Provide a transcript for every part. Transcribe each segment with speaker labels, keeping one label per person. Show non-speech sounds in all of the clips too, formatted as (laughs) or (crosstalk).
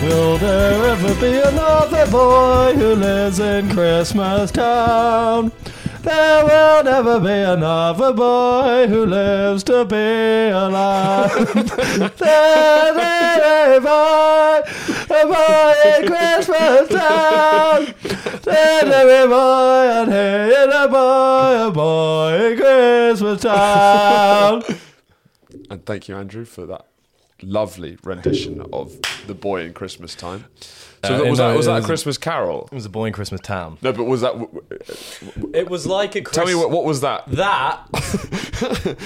Speaker 1: Will there ever be another boy who lives in Christmas Town? There will never be another boy who lives to be
Speaker 2: (laughs)
Speaker 1: alive. there is a boy, a boy in Christmas Town. There is a boy, and he is a boy, a boy in Christmas Town.
Speaker 2: And thank you, Andrew, for that lovely rendition of The Boy in Christmas Time. So
Speaker 3: Uh,
Speaker 2: that- was,
Speaker 3: no,
Speaker 2: that, was
Speaker 3: it
Speaker 2: that a
Speaker 3: was-
Speaker 2: Christmas carol?
Speaker 3: It was a boy in Christmas town.
Speaker 2: No, but was that. w- w-
Speaker 3: It was like a Christmas.
Speaker 2: Tell me what, what was that?
Speaker 3: that.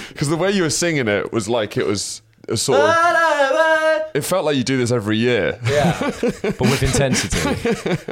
Speaker 2: Because the way you were singing it was like it was a sort
Speaker 3: Ah!
Speaker 2: of. It felt like you do this every year.
Speaker 3: Yeah, (laughs) but with intensity.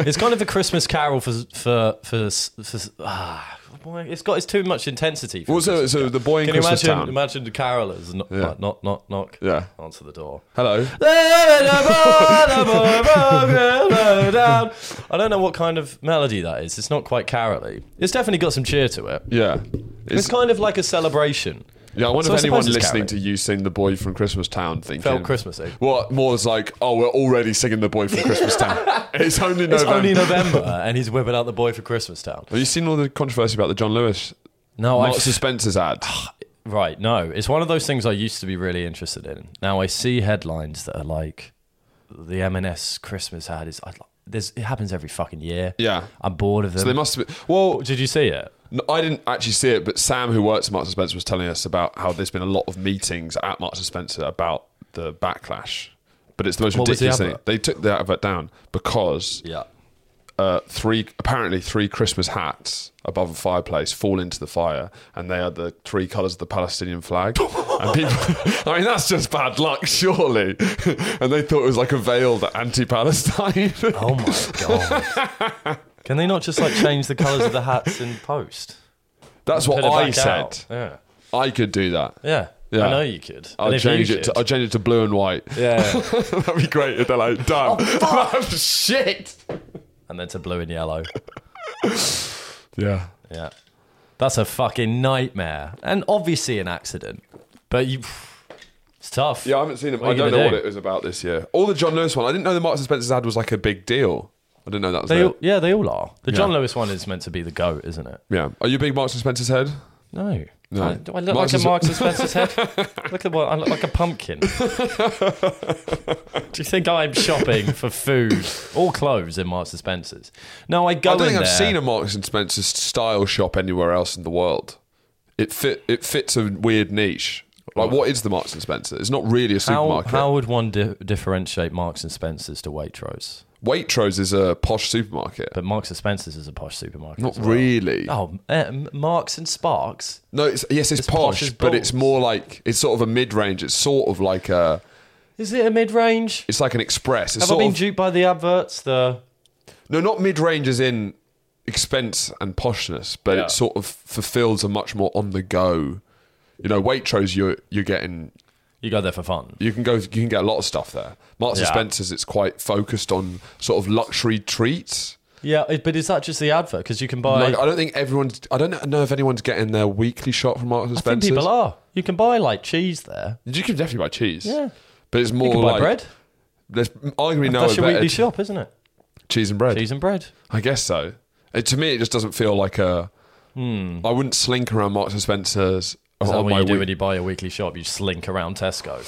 Speaker 3: It's kind of a Christmas carol for for for. for, ah, boy, it's got it's too much intensity. For
Speaker 2: Well, so, so the boy in
Speaker 3: Can you
Speaker 2: Christmas
Speaker 3: imagine?
Speaker 2: Town.
Speaker 3: Imagine the carolers knock,
Speaker 2: Yeah.
Speaker 3: like, knock, knock, knock.
Speaker 2: Yeah.
Speaker 3: Answer the door.
Speaker 2: (laughs) Hello.
Speaker 3: I don't know what kind of melody that is. It's not quite caroly. It's definitely got some cheer to it.
Speaker 2: Yeah.
Speaker 3: It's
Speaker 2: It's,
Speaker 3: kind of like a celebration.
Speaker 2: yeah, I wonder
Speaker 3: so I
Speaker 2: if anyone
Speaker 3: suppose it's
Speaker 2: listening
Speaker 3: caroling.
Speaker 2: to you sing The Boy from Christmas Town thinking.
Speaker 3: Felt Christmassy.
Speaker 2: What? Moore's like, oh, we're already singing The Boy from
Speaker 3: (laughs)
Speaker 2: Christmas Town. It's only November.
Speaker 3: It's only November, and he's whipping out the boy for Christmas Town.
Speaker 2: Have you seen all the controversy about the John Lewis?
Speaker 3: No,
Speaker 2: Mark
Speaker 3: I
Speaker 2: Spencer's ad.
Speaker 3: right. No, it's one of those things I used to be really interested in. Now I see headlines that are like, the M&S Christmas ad is. I, there's, it happens every fucking year.
Speaker 2: Yeah.
Speaker 3: I'm bored of them.
Speaker 2: So they must have been. Well,
Speaker 3: Did you see it?
Speaker 2: No, I didn't actually see it, but Sam, who works at Marks and Spencer, was telling us about how there's been a lot of meetings at Marks and Spencer about the backlash. But it's the most
Speaker 3: What was the
Speaker 2: ridiculous thing.
Speaker 3: advert?
Speaker 2: They took the advert down because
Speaker 3: Yeah.
Speaker 2: uh, three, apparently, three Christmas hats above a fireplace fall into the fire, and they are the three colours of the Palestinian
Speaker 3: (laughs)
Speaker 2: flag. and people, (laughs) I mean, that's just bad luck, surely. (laughs) and they thought it was like a veil that anti-Palestine. (laughs)
Speaker 3: Oh my god. Can they not just like change the colours of the hats in post?
Speaker 2: that's
Speaker 3: Put
Speaker 2: what
Speaker 3: it
Speaker 2: I
Speaker 3: back
Speaker 2: said.
Speaker 3: out. Yeah.
Speaker 2: I could do that.
Speaker 3: Yeah.
Speaker 2: Yeah.
Speaker 3: I know you could. And
Speaker 2: I'll
Speaker 3: if you
Speaker 2: change it. To,
Speaker 3: could-
Speaker 2: I'll change it to blue and white.
Speaker 3: yeah.
Speaker 2: (laughs)
Speaker 3: Oh,
Speaker 2: That'd be great if they're like, damn. (laughs) shit.
Speaker 3: (laughs) and then to blue and yellow.
Speaker 2: Yeah.
Speaker 3: Yeah. That's a fucking nightmare. And obviously an accident. But you it's tough.
Speaker 2: Yeah, I haven't seen them.
Speaker 3: What are
Speaker 2: I
Speaker 3: you
Speaker 2: don't know
Speaker 3: gonna
Speaker 2: what
Speaker 3: do?
Speaker 2: it was about this year. All the John Lewis one. I didn't know the Marks and Spencer's ad was like a big deal. I didn't know that was
Speaker 3: They
Speaker 2: there.
Speaker 3: all, yeah, they all are. The John
Speaker 2: Yeah.
Speaker 3: Lewis one is meant to be the goat, isn't it?
Speaker 2: Yeah. Are you a big Marks and Spencer's head?
Speaker 3: No.
Speaker 2: No.
Speaker 3: I- do I look
Speaker 2: Marks
Speaker 3: like
Speaker 2: and-
Speaker 3: a Marks
Speaker 2: (laughs)
Speaker 3: and Spencer's head? look at what I look like a pumpkin. do you think I'm shopping for food or clothes in Marks and Spencer's? No, I go
Speaker 2: I don't
Speaker 3: in
Speaker 2: think I've
Speaker 3: there-
Speaker 2: seen a Marks and Spencer's style shop anywhere else in the world. It fit. It fits a weird niche. Like, what is the Marks and Spencer? It's not really a
Speaker 3: How,
Speaker 2: supermarket.
Speaker 3: how would one di- differentiate Marks and Spencer's to Waitrose?
Speaker 2: Waitrose is a posh supermarket.
Speaker 3: But Marks and Spencer's is a posh supermarket.
Speaker 2: Not
Speaker 3: as well.
Speaker 2: really.
Speaker 3: Oh, uh, M- Marks and Sparks.
Speaker 2: No, it's, yes, it's,
Speaker 3: posh
Speaker 2: posh,
Speaker 3: as
Speaker 2: but it's
Speaker 3: balls.
Speaker 2: more like it's sort of a mid-range. It's sort of like a.
Speaker 3: Is it a mid-range?
Speaker 2: It's like an express. It's
Speaker 3: Have I
Speaker 2: sort
Speaker 3: been
Speaker 2: of,
Speaker 3: duped by the adverts? The
Speaker 2: No, not mid range as in expense and poshness, but
Speaker 3: Yeah.
Speaker 2: it sort of fulfills a much more on the go. You know, Waitrose, you're you're getting
Speaker 3: you go there for fun.
Speaker 2: you can go you can get a lot of stuff there. Marks and
Speaker 3: Yeah.
Speaker 2: Spencers, it's quite focused on sort of luxury treats.
Speaker 3: Yeah, it- but is that just the advert? Because you can buy.
Speaker 2: Like, I don't think everyone's. I don't know if anyone's getting their weekly shop from Marks and
Speaker 3: I think
Speaker 2: Spencers.
Speaker 3: people are. You can buy like cheese there.
Speaker 2: You can definitely buy cheese.
Speaker 3: Yeah.
Speaker 2: but it's more
Speaker 3: You can buy
Speaker 2: like
Speaker 3: bread.
Speaker 2: There's arguably no
Speaker 3: That's your
Speaker 2: better
Speaker 3: weekly shop, isn't it?
Speaker 2: cheese and bread.
Speaker 3: Cheese and bread.
Speaker 2: I guess so. It, to me, it just doesn't feel like a. I wouldn't slink around Marks and Spencers
Speaker 3: Hmm. Is that
Speaker 2: on
Speaker 3: what
Speaker 2: Oh, my
Speaker 3: you do
Speaker 2: week-
Speaker 3: when you buy a weekly shop? You slink around Tesco.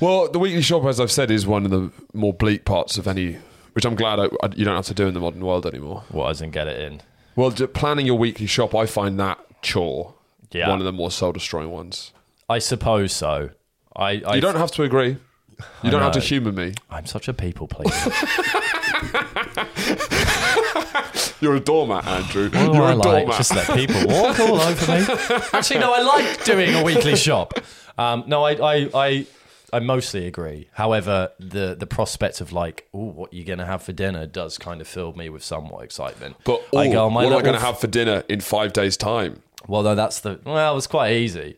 Speaker 2: Well, the weekly shop, as I've said, is one of the more bleak parts of any. Which I'm glad I, I- you don't have to do in the modern world anymore.
Speaker 3: What? As in get it in.
Speaker 2: Well, j- planning your weekly shop, I find that chore.
Speaker 3: Yeah.
Speaker 2: One of the more soul destroying ones.
Speaker 3: I suppose so. I, I
Speaker 2: You don't have to agree. You don't have to
Speaker 3: know.
Speaker 2: humour me.
Speaker 3: I'm such a people pleaser.
Speaker 2: You're a doormat, Andrew.
Speaker 3: What do
Speaker 2: You're
Speaker 3: I
Speaker 2: a
Speaker 3: like?
Speaker 2: doormat.
Speaker 3: Just let people walk all over me. (laughs) Actually, no, I like doing a (laughs) weekly shop. Um, no, I, I, I, I mostly agree. However, the the prospect of like, oh, what you're gonna have for dinner does kind of fill me with somewhat excitement.
Speaker 2: but
Speaker 3: I
Speaker 2: ooh,
Speaker 3: go, my
Speaker 2: what am I
Speaker 3: little
Speaker 2: going to have for dinner in five days' time?
Speaker 3: Well, no, that's the well, it was quite easy.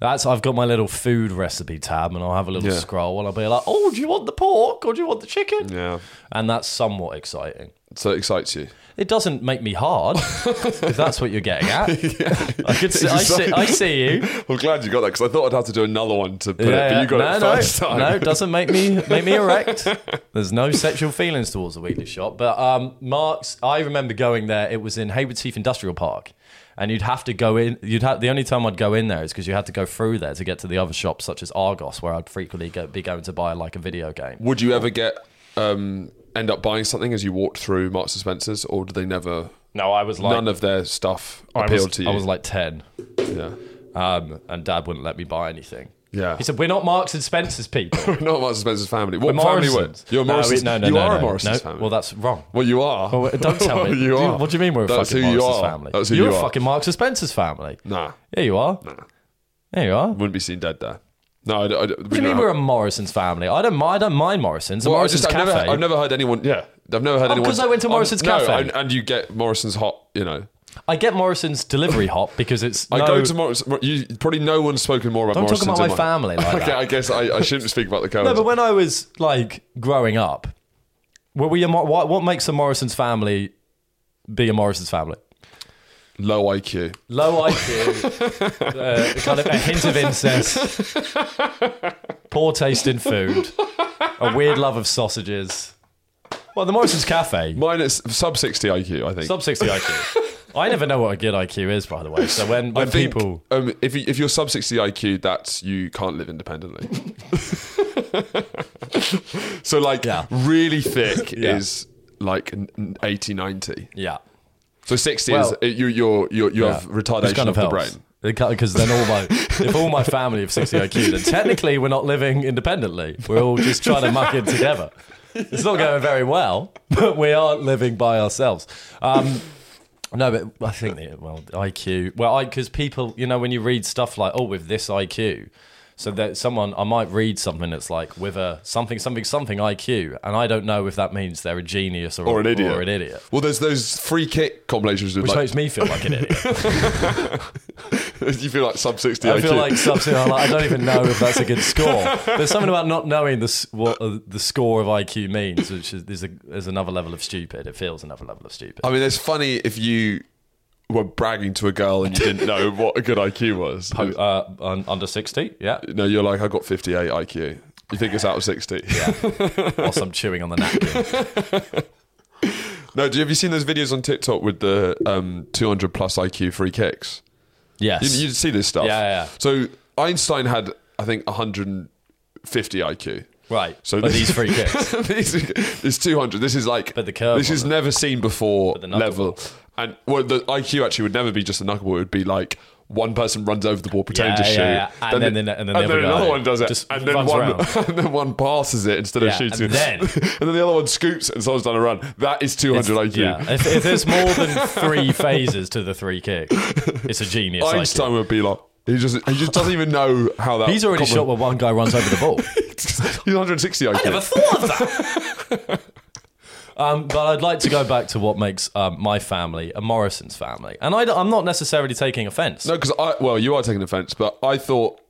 Speaker 3: That's I've got my little food recipe tab, and I'll have a little
Speaker 2: Yeah.
Speaker 3: scroll, and I'll be like, "Oh, do you want the pork or do you want the chicken?"
Speaker 2: Yeah.
Speaker 3: And that's somewhat exciting.
Speaker 2: So it excites you.
Speaker 3: It doesn't make me hard,
Speaker 2: (laughs)
Speaker 3: if that's what you're getting at. I could see, I see, I see you.
Speaker 2: I'm glad you got that because I thought I'd have to do another one to put it, but you got
Speaker 3: no,
Speaker 2: it
Speaker 3: no,
Speaker 2: first (laughs) time.
Speaker 3: no, it doesn't make me make me
Speaker 2: (laughs)
Speaker 3: erect. There's no sexual feelings towards the Weekly Shop, but um, Mark's. I remember going there. It was in Hayward Heath Industrial Park, and you'd have to go in. You'd have the only time I'd go in there is because you had to go through there to get to the other shops, such as Argos, where I'd frequently go, be going to buy like a video game.
Speaker 2: Would you ever get um, end up buying something as you walked through Marks and Spencers, or did they never?
Speaker 3: No, I was like,
Speaker 2: none of their stuff
Speaker 3: I
Speaker 2: appealed
Speaker 3: was,
Speaker 2: to you.
Speaker 3: I was like ten.
Speaker 2: yeah.
Speaker 3: Um, and Dad wouldn't let me buy anything.
Speaker 2: Yeah.
Speaker 3: he said, "We're not Marks and Spencers
Speaker 2: (laughs)
Speaker 3: people.
Speaker 2: We're not Marks and Spencers family. What
Speaker 3: We're
Speaker 2: family were?
Speaker 3: Morrisons.
Speaker 2: You're a
Speaker 3: No, we-
Speaker 2: Morrison's.
Speaker 3: No, no,
Speaker 2: you
Speaker 3: no,
Speaker 2: are
Speaker 3: no.
Speaker 2: a Morrison's
Speaker 3: No,
Speaker 2: family.
Speaker 3: Well, that's
Speaker 2: (laughs)
Speaker 3: wrong.
Speaker 2: Well, you are.
Speaker 3: Well, wait,
Speaker 2: (laughs)
Speaker 3: don't tell me.
Speaker 2: you
Speaker 3: Do
Speaker 2: are.
Speaker 3: what do you mean we're a
Speaker 2: That's
Speaker 3: fucking
Speaker 2: who you
Speaker 3: Marks
Speaker 2: are.
Speaker 3: family?
Speaker 2: That's who
Speaker 3: You're
Speaker 2: you
Speaker 3: a
Speaker 2: are.
Speaker 3: fucking Marks and Spencer's family.
Speaker 2: Nah,
Speaker 3: Yeah, you are. Yeah, you are. What
Speaker 2: wouldn't be seen dead there. No, I, I, what
Speaker 3: do you mean we're a Morrison's family? I don't mind. I don't mind Morrison's. A
Speaker 2: Well, I
Speaker 3: Morrison's
Speaker 2: just, I've,
Speaker 3: cafe. Oh,
Speaker 2: never, I've never heard anyone. Yeah, I've never heard anyone.
Speaker 3: 'cause I went to
Speaker 2: I'm-
Speaker 3: Morrison's
Speaker 2: no,
Speaker 3: Cafe.
Speaker 2: and, and you get Morrison's hot. You know,
Speaker 3: I get Morrison's delivery hop because it's.
Speaker 2: (laughs) I
Speaker 3: no,
Speaker 2: go to Morrison's. You probably no one's spoken more about
Speaker 3: I'm
Speaker 2: Morrison's.
Speaker 3: talking about my
Speaker 2: in
Speaker 3: family like
Speaker 2: (laughs) Okay,
Speaker 3: that.
Speaker 2: I guess I, I shouldn't speak about the
Speaker 3: No,
Speaker 2: Coens.
Speaker 3: but when I was like growing up, were we a Mor- what, what makes a Morrison's family be a Morrison's family?
Speaker 2: Low IQ.
Speaker 3: Low IQ, uh, kind of a hint of incest, poor taste in food, a weird love of sausages. Well, the Morrison's Cafe,
Speaker 2: Minus sub sixty IQ. I think.
Speaker 3: sub 60 IQ. I never know what a good IQ is, by the way. So when,
Speaker 2: I
Speaker 3: when
Speaker 2: think,
Speaker 3: people.
Speaker 2: Um, if you, if you're sub sixty IQ, that's you can't live independently. (laughs) so like
Speaker 3: Yeah.
Speaker 2: really thick
Speaker 3: (laughs) Yeah.
Speaker 2: is like n- n- 80, 90.
Speaker 3: Yeah.
Speaker 2: So sixty
Speaker 3: Well-
Speaker 2: is uh, you you're, you're, you
Speaker 3: Ah,
Speaker 2: have retardation of the brain.
Speaker 3: Because then all my, if all my family have 60 IQ,
Speaker 2: (laughs)
Speaker 3: then technically we're not living independently. We're all just trying to muck it together. It's not going very well, but we aren't living by ourselves. Um, no, but I think the, well, IQ. Well, because people, you know, when you read stuff like oh, with this IQ, so that someone I might read something that's like with a something something something IQ, and I don't know if that means they're a genius or,
Speaker 2: Or an idiot.
Speaker 3: Or an idiot.
Speaker 2: Well, there's those free kick compilations with
Speaker 3: Which makes
Speaker 2: like
Speaker 3: me feel like an idiot.
Speaker 2: (laughs) you feel like sub sixty.
Speaker 3: I
Speaker 2: IQ.
Speaker 3: feel like
Speaker 2: (laughs)
Speaker 3: something. I'm like, I don't even know if that's a good score. There's something about not knowing the s- what uh, the score of IQ means, which is there's, a, there's another level of stupid. It feels another level of stupid.
Speaker 2: I mean, it's funny if you were bragging to a girl and you
Speaker 3: (laughs)
Speaker 2: didn't know what a good IQ was.
Speaker 3: Uh, un- under sixty, yeah.
Speaker 2: no, you're like, I got 58 IQ. You think it's out of 60.
Speaker 3: Whilst I'm chewing on the napkin.
Speaker 2: (laughs) no, do you, have you seen those videos on TikTok with the um, 200 plus IQ free kicks? You,
Speaker 3: Yes.
Speaker 2: you see this stuff.
Speaker 3: Yeah, yeah, yeah.
Speaker 2: So Einstein had, I think, 150 IQ.
Speaker 3: right.
Speaker 2: So
Speaker 3: So but
Speaker 2: this-
Speaker 3: these
Speaker 2: (laughs)
Speaker 3: free kicks.
Speaker 2: These- it's 200. This is like,
Speaker 3: But the curve
Speaker 2: this
Speaker 3: on
Speaker 2: is never seen before
Speaker 3: the knuckleball.
Speaker 2: level. And well, the IQ actually would never be just a knuckleball. It would be like one person runs over the ball, pretending
Speaker 3: Yeah,
Speaker 2: to
Speaker 3: yeah,
Speaker 2: shoot,
Speaker 3: yeah. And then- then- and then the other guy
Speaker 2: another one does it,
Speaker 3: just
Speaker 2: and then
Speaker 3: runs
Speaker 2: one,
Speaker 3: around.
Speaker 2: (laughs) and then one passes it instead
Speaker 3: Yeah,
Speaker 2: of shooting,
Speaker 3: and then-
Speaker 2: (laughs) and then the other one scoops it, and someone's done a run. That is 200 IQ.
Speaker 3: Yeah. If, if there's more than three phases to the three
Speaker 2: (laughs)
Speaker 3: kick, it's a genius. IQ.
Speaker 2: Einstein would be like, he just he just doesn't even know how that.
Speaker 3: He's already shot where one guy runs over the ball.
Speaker 2: (laughs) He's 160 IQ.
Speaker 3: never thought of that. (laughs) um, but I'd like to go back to what makes um, my family a Morrison's family, and I, am not necessarily taking offence.
Speaker 2: No, because I well, you are taking offence, but I thought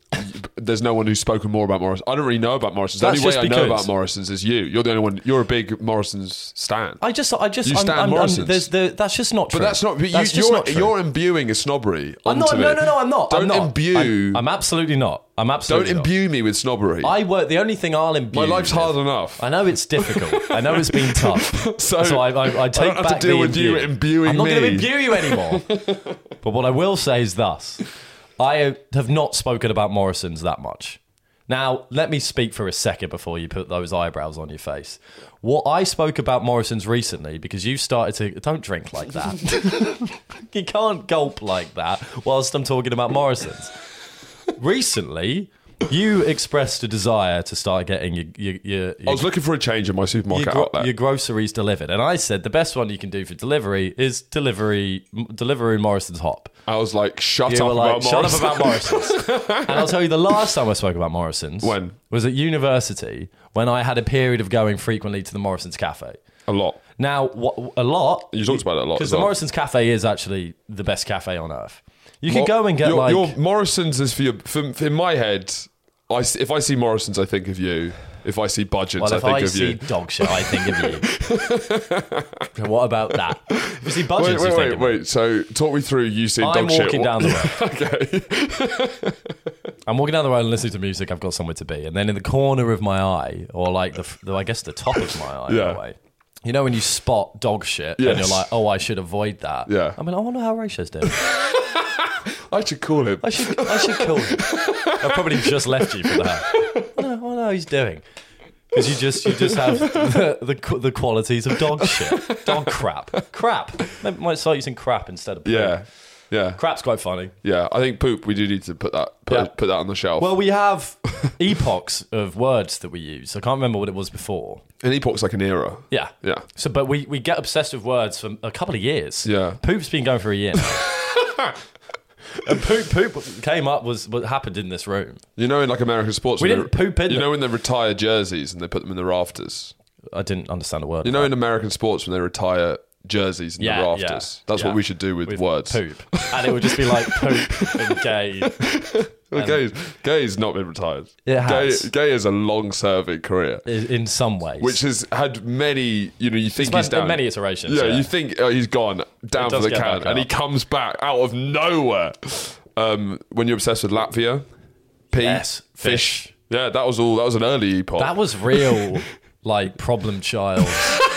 Speaker 2: there's no one who's spoken more about Morrison's. I don't really know about Morrison's. The
Speaker 3: That's
Speaker 2: only way
Speaker 3: just
Speaker 2: I know
Speaker 3: because-
Speaker 2: about Morrison's is you. You're the only one. You're a big Morrison's stan.
Speaker 3: I just, I just,
Speaker 2: You
Speaker 3: I'm,
Speaker 2: stand
Speaker 3: I'm, I'm,
Speaker 2: Morrison's.
Speaker 3: there's, there, that's just not true.
Speaker 2: but that's not. But you,
Speaker 3: That's just
Speaker 2: you're
Speaker 3: not true.
Speaker 2: you're imbuing a snobbery.
Speaker 3: I'm not.
Speaker 2: onto
Speaker 3: No,
Speaker 2: me.
Speaker 3: no, no. I'm not.
Speaker 2: Don't
Speaker 3: I'm not.
Speaker 2: imbue.
Speaker 3: I'm, I'm absolutely not. I'm
Speaker 2: don't
Speaker 3: absolutely.
Speaker 2: imbue me with snobbery.
Speaker 3: Not. I work. The only thing I'll imbue.
Speaker 2: My life's hard
Speaker 3: with-
Speaker 2: enough.
Speaker 3: I know it's difficult. I know it's been tough.
Speaker 2: (laughs) So-
Speaker 3: So, I, I, I take
Speaker 2: have to
Speaker 3: back
Speaker 2: deal
Speaker 3: the
Speaker 2: with you
Speaker 3: imbue.
Speaker 2: imbuing
Speaker 3: I'm not going to
Speaker 2: me.
Speaker 3: imbue you
Speaker 2: (laughs)
Speaker 3: anymore. but what I will say is thus: I have not spoken about Morrison's that much. Now, let me speak for a second before you put those eyebrows on your face. What I spoke about Morrison's recently, because you started to don't drink like that.
Speaker 2: (laughs)
Speaker 3: you can't gulp like that whilst I'm talking about Morrison's recently you expressed a desire to start getting your your, your,
Speaker 2: I
Speaker 3: your,
Speaker 2: was looking for a change in my
Speaker 3: your,
Speaker 2: supermarket
Speaker 3: gro-
Speaker 2: outlet.
Speaker 3: your groceries delivered, and I said the best one you can do for delivery is delivery m- delivery Morrison's Hop.
Speaker 2: I was like, shut
Speaker 3: You
Speaker 2: up
Speaker 3: were like,
Speaker 2: about
Speaker 3: shut up
Speaker 2: Morrison's.
Speaker 3: about Morrison's. and I'll tell you, the last time I spoke about Morrison's
Speaker 2: When?
Speaker 3: was at university when I had a period of going frequently to the Morrison's Cafe.
Speaker 2: (laughs) a lot.
Speaker 3: Now, wha- a lot
Speaker 2: You talked about it a lot.
Speaker 3: (laughs) because
Speaker 2: as
Speaker 3: the
Speaker 2: well.
Speaker 3: Morrison's Cafe is actually the best cafe on earth. You could go and get
Speaker 2: your,
Speaker 3: like
Speaker 2: your Morrison's is for your. For, for- in my head, I s if I see Morrison's, I think of you. If I see budgets,
Speaker 3: Well,
Speaker 2: I
Speaker 3: if
Speaker 2: think
Speaker 3: I
Speaker 2: of
Speaker 3: see
Speaker 2: you.
Speaker 3: dog shit, I think of
Speaker 2: (laughs)
Speaker 3: you. what about that? If you see budgets,
Speaker 2: Wait, wait,
Speaker 3: you think
Speaker 2: wait,
Speaker 3: of me.
Speaker 2: wait. So talk me through you seeing
Speaker 3: I'm
Speaker 2: dog shit.
Speaker 3: walking down the road.
Speaker 2: okay. (laughs)
Speaker 3: (laughs) I'm walking down the road and listening to music. I've got somewhere to be, and then in the corner of my eye, or like the, the I guess the top of my eye, in
Speaker 2: Yeah.
Speaker 3: a way. You know when you spot dog shit and
Speaker 2: Yes.
Speaker 3: you're like, oh, I should avoid that.
Speaker 2: Yeah.
Speaker 3: I mean, I wonder how Rachel's doing.
Speaker 2: (laughs) I should call him.
Speaker 3: I should, I should kill him. I probably just left you for that. I don't know, I don't know how he's doing. Because you just, you just have the, the qu- the qualities of dog shit, dog crap, crap. Maybe I might start using crap instead of poop.
Speaker 2: Yeah. Yeah.
Speaker 3: Crap's quite funny.
Speaker 2: Yeah. I think poop, we do need to put that put,
Speaker 3: Yeah.
Speaker 2: put that on the shelf.
Speaker 3: Well, we have (laughs) epochs of words that we use. I can't remember what it was before.
Speaker 2: an epoch's like an era.
Speaker 3: Yeah.
Speaker 2: Yeah.
Speaker 3: So, but we, we get obsessed with words for a couple of years.
Speaker 2: Yeah.
Speaker 3: Poop's been going for a year now.
Speaker 2: (laughs)
Speaker 3: and poop, poop came up, was what happened in this room.
Speaker 2: You know, in like American sports,
Speaker 3: We
Speaker 2: when
Speaker 3: didn't
Speaker 2: they-
Speaker 3: poop in
Speaker 2: You
Speaker 3: them.
Speaker 2: know, when they retire jerseys and they put them in the rafters.
Speaker 3: I didn't understand a word.
Speaker 2: You know, in American sports, when they retire jerseys in
Speaker 3: Yeah,
Speaker 2: the rafters.
Speaker 3: yeah,
Speaker 2: That's
Speaker 3: yeah.
Speaker 2: what we should do with, words.
Speaker 3: Poop. And it would just be
Speaker 2: (laughs)
Speaker 3: like poop and gay.
Speaker 2: Well, Gay's, Gay's not been retired.
Speaker 3: It has.
Speaker 2: Gay, Gay is a long-serving career,
Speaker 3: i- In some ways.
Speaker 2: which has had many. You know, you think
Speaker 3: But
Speaker 2: he's down.
Speaker 3: many iterations.
Speaker 2: yeah,
Speaker 3: Yeah,
Speaker 2: you think oh, he's gone down
Speaker 3: It
Speaker 2: for
Speaker 3: does
Speaker 2: the
Speaker 3: get
Speaker 2: count,
Speaker 3: back
Speaker 2: and he
Speaker 3: up.
Speaker 2: comes back out of nowhere. Um, when you're obsessed with Latvia, pee,
Speaker 3: Yes,
Speaker 2: fish.
Speaker 3: fish.
Speaker 2: Yeah, that was all. That was an early epoch.
Speaker 3: That was real, like, problem child.
Speaker 2: (laughs)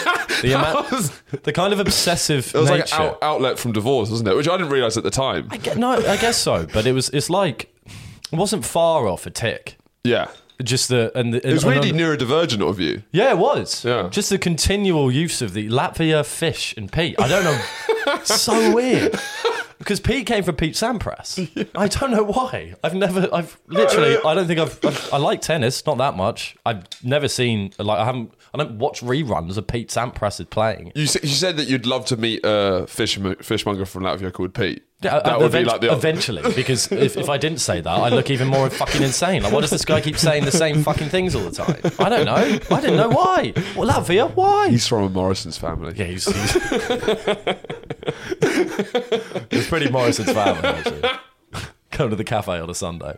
Speaker 3: The, amount, the kind of obsessive
Speaker 2: it was
Speaker 3: nature.
Speaker 2: like an out, outlet from divorce, wasn't it? Which I didn't realize at the time.
Speaker 3: Yeah, no, I guess so. But it was. It's like it wasn't far off a tick.
Speaker 2: yeah,
Speaker 3: Just the and, the,
Speaker 2: it was weirdly neurodivergent of you.
Speaker 3: yeah, it was.
Speaker 2: Yeah.
Speaker 3: Just the continual use of the Latvia fish and Pete. I don't
Speaker 2: (laughs)
Speaker 3: know. so weird. Because Pete came from Pete Sampras. I don't know why. I've never. I've literally. I don't think I've, I've. I like tennis, not that much. I've never seen. Like I haven't. I don't watch reruns of Pete Sampras is playing.
Speaker 2: You, s- you said that you'd love to meet a fishmo- fishmonger from Latvia called Pete.
Speaker 3: Yeah,
Speaker 2: that
Speaker 3: uh,
Speaker 2: would
Speaker 3: event-
Speaker 2: be like the
Speaker 3: eventually, because if, if I didn't say that, I look even more fucking insane. Like, why does this guy keep saying the same fucking things all the time? I don't know. I didn't know why. Well, Latvia, why?
Speaker 2: He's from a Morrison's family.
Speaker 3: Yeah, he's. he's... it's pretty Morrison's family. (laughs) Actually. Go to the cafe on a Sunday.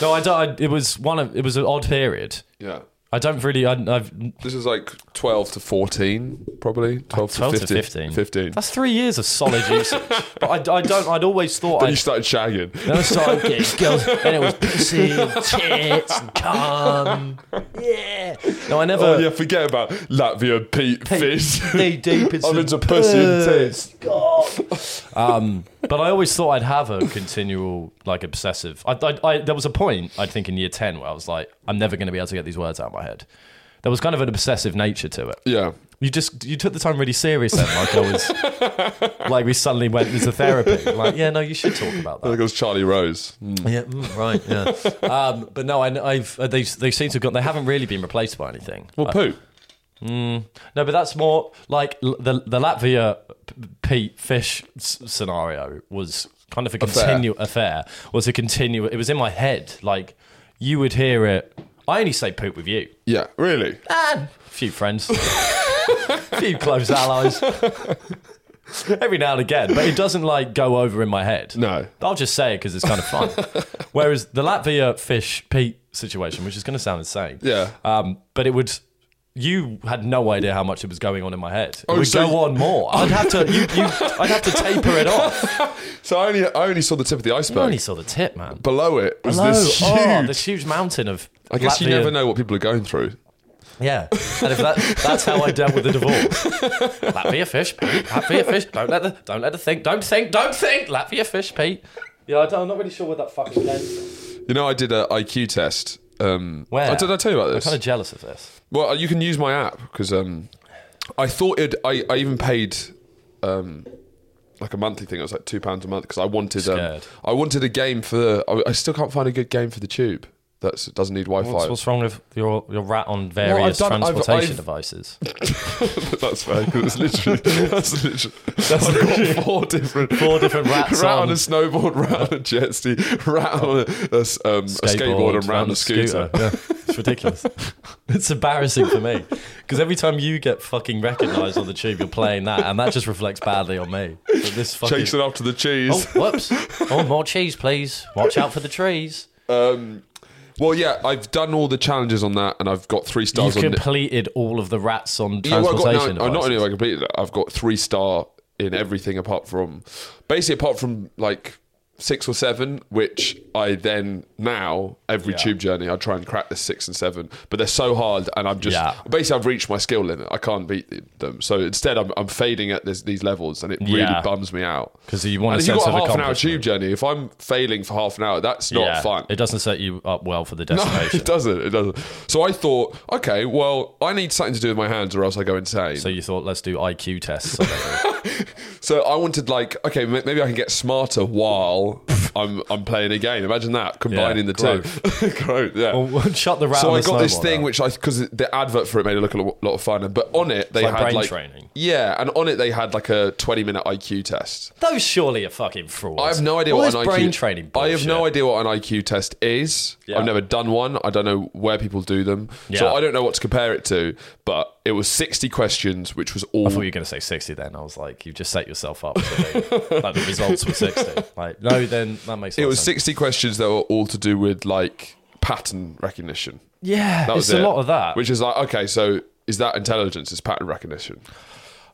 Speaker 3: No, I don't. I, it was one of. It was an odd period.
Speaker 2: Yeah.
Speaker 3: I don't really. I, I've
Speaker 2: This is like 12 to 14, probably. 12,
Speaker 3: 12
Speaker 2: to,
Speaker 3: Ah, to
Speaker 2: 15,
Speaker 3: 15.
Speaker 2: 15.
Speaker 3: That's three years of solid usage. But I, I don't. I'd always thought.
Speaker 2: Then
Speaker 3: I,
Speaker 2: you started shagging.
Speaker 3: Then I started getting girls, and it was pussy, tits, and cum. Yeah. No, I never.
Speaker 2: Oh, yeah, forget about Latvia Pete,
Speaker 3: (laughs)
Speaker 2: Fish.
Speaker 3: Knee deep in
Speaker 2: (laughs) I'm
Speaker 3: some
Speaker 2: into pussy and tits.
Speaker 3: Um, but I always thought I'd have a continual, like, obsessive. I, I, I, there was a point, I think, in year 10 where I was like, I'm never going to be able to get these words out of my head. There was kind of an obsessive nature to it.
Speaker 2: Yeah.
Speaker 3: You just you took the time really serious then, like I was,
Speaker 2: (laughs)
Speaker 3: like we suddenly went into therapy. Like, yeah, no, you should talk about that.
Speaker 2: I think it was Charlie Rose. Mm.
Speaker 3: Yeah, mm, right.
Speaker 2: (laughs)
Speaker 3: Yeah, um, but no, I, I've uh, they they seem to have got they haven't really been replaced by anything.
Speaker 2: Well, poop.
Speaker 3: No, but that's more like l- the the Latvia p- Pete Fish s- scenario was kind of a continual affair. Was a continual. It was in my head. Like you would hear it. I only say poop with you.
Speaker 2: Yeah, really?
Speaker 3: And a few
Speaker 2: (laughs)
Speaker 3: friends, a few close allies. Every now and again, but it doesn't like go over in my head.
Speaker 2: No.
Speaker 3: I'll just say it because it's kind of
Speaker 2: (laughs)
Speaker 3: fun. Whereas the Latvia fish Pete situation, which is going to sound insane,
Speaker 2: Yeah.
Speaker 3: um, but it would. You had no idea how much it was going on in my head. It would
Speaker 2: Oh, so
Speaker 3: go
Speaker 2: you-
Speaker 3: on more. I'd have to. You, you, I'd have to taper it off.
Speaker 2: (laughs) So I only, I only saw the tip of the iceberg.
Speaker 3: I only saw the tip, man.
Speaker 2: Below it was
Speaker 3: Hello.
Speaker 2: this huge.
Speaker 3: Oh, this huge mountain of.
Speaker 2: I guess you
Speaker 3: Latvia-
Speaker 2: never know what people are going through.
Speaker 3: Yeah, and if that, that's how I dealt with the divorce.
Speaker 2: (laughs)
Speaker 3: Latvia fish, Pete. Latvia fish. Don't let the don't let the think. Don't think. Don't think. Latvia fish, Pete. Yeah, I don't, I'm not really sure what that fucking came. from.
Speaker 2: You know, I did a IQ test. Um,
Speaker 3: Where?
Speaker 2: I, did I tell you about
Speaker 3: I'm
Speaker 2: this?
Speaker 3: kind of jealous of this.
Speaker 2: Well, you can use my app because um, I thought it. I, I even paid um, like a monthly thing. It was like two pounds a month because I wanted. Um,
Speaker 3: Scared.
Speaker 2: I wanted a game for. I, I still can't find a good game for the tube that doesn't need Wi-Fi.
Speaker 3: What's, what's wrong with your your rat on various
Speaker 2: done- I've-
Speaker 3: transportation
Speaker 2: I've-
Speaker 3: devices?
Speaker 2: (laughs) that's fair. 'cause it's literally. That's literally. I've got four different.
Speaker 3: Four
Speaker 2: (laughs)
Speaker 3: different rats
Speaker 2: Rat on
Speaker 3: on
Speaker 2: a snowboard, rat on a jet ski, rat on a, a s- um, a skateboard, and rat on a scooter.
Speaker 3: Yeah. (laughs) It's ridiculous. it's embarrassing for me because every time you get fucking recognised on the tube, you're playing that, and that just reflects badly on me. But this fucking
Speaker 2: Chasing after the cheese.
Speaker 3: oh, whoops! Oh, more cheese, please. Watch out for the trees.
Speaker 2: Well, yeah, I've done all the challenges on that, and I've got three
Speaker 3: You've
Speaker 2: stars on. it.
Speaker 3: completed all of the rats on
Speaker 2: Yeah, well, I've got,
Speaker 3: transportation.
Speaker 2: no, I'm not only
Speaker 3: devices.
Speaker 2: have I completed it. I've got three star in everything apart from, basically apart from like six or seven, which I then now every tube journey I try and crack the six and seven, but they're so hard, and I'm just
Speaker 3: Yeah.
Speaker 2: basically I've reached my skill limit. I can't beat them, so instead I'm, I'm fading at this, these levels, and it really
Speaker 3: Yeah.
Speaker 2: bums me out.
Speaker 3: 'Cause you want
Speaker 2: and
Speaker 3: a
Speaker 2: if you've
Speaker 3: sense
Speaker 2: got a
Speaker 3: of
Speaker 2: half an hour
Speaker 3: accomplishment.
Speaker 2: tube journey, if I'm failing for half an hour, that's not
Speaker 3: Yeah,
Speaker 2: fun. (laughs)
Speaker 3: It doesn't set you up well for the
Speaker 2: No,
Speaker 3: destination.
Speaker 2: it doesn't. It doesn't. So I thought, okay, well, I need something to do with my hands, or else I go insane.
Speaker 3: So
Speaker 2: So,
Speaker 3: you thought, let's do IQ
Speaker 2: (laughs)
Speaker 3: tests. or whatever.
Speaker 2: I wanted like, okay, m- maybe I can get smarter while I'm I'm playing a game. Imagine that combining
Speaker 3: Yeah,
Speaker 2: the (laughs) two. Growth, yeah.
Speaker 3: well, shut the rat.
Speaker 2: so
Speaker 3: on
Speaker 2: I
Speaker 3: the
Speaker 2: got this
Speaker 3: snowboard
Speaker 2: thing
Speaker 3: out.
Speaker 2: which I because the advert for it made it look a lo- lot of fun, and- but on it they
Speaker 3: like
Speaker 2: had
Speaker 3: brain
Speaker 2: like
Speaker 3: training.
Speaker 2: yeah, and on it they had like a twenty minute IQ test.
Speaker 3: Those surely are fucking frauds.
Speaker 2: I have no idea
Speaker 3: All
Speaker 2: what
Speaker 3: this
Speaker 2: an IQ
Speaker 3: brain training.
Speaker 2: I have no
Speaker 3: bullshit.
Speaker 2: idea what an IQ test is.
Speaker 3: Yeah.
Speaker 2: I've never done one. I don't know where people do them, so
Speaker 3: Yeah.
Speaker 2: I don't know what to compare it to. But it was sixty questions, which was all.
Speaker 3: I thought you were going to say 60 then. I was like, you've just set yourself up.
Speaker 2: (laughs)
Speaker 3: really. like the results were 60. Like, no, then that makes a
Speaker 2: it
Speaker 3: lot of
Speaker 2: was
Speaker 3: sense.
Speaker 2: sixty questions that were all to do with like pattern recognition.
Speaker 3: Yeah,
Speaker 2: That was
Speaker 3: it's a
Speaker 2: it.
Speaker 3: lot of that.
Speaker 2: which is like okay, so is that intelligence? Is pattern recognition?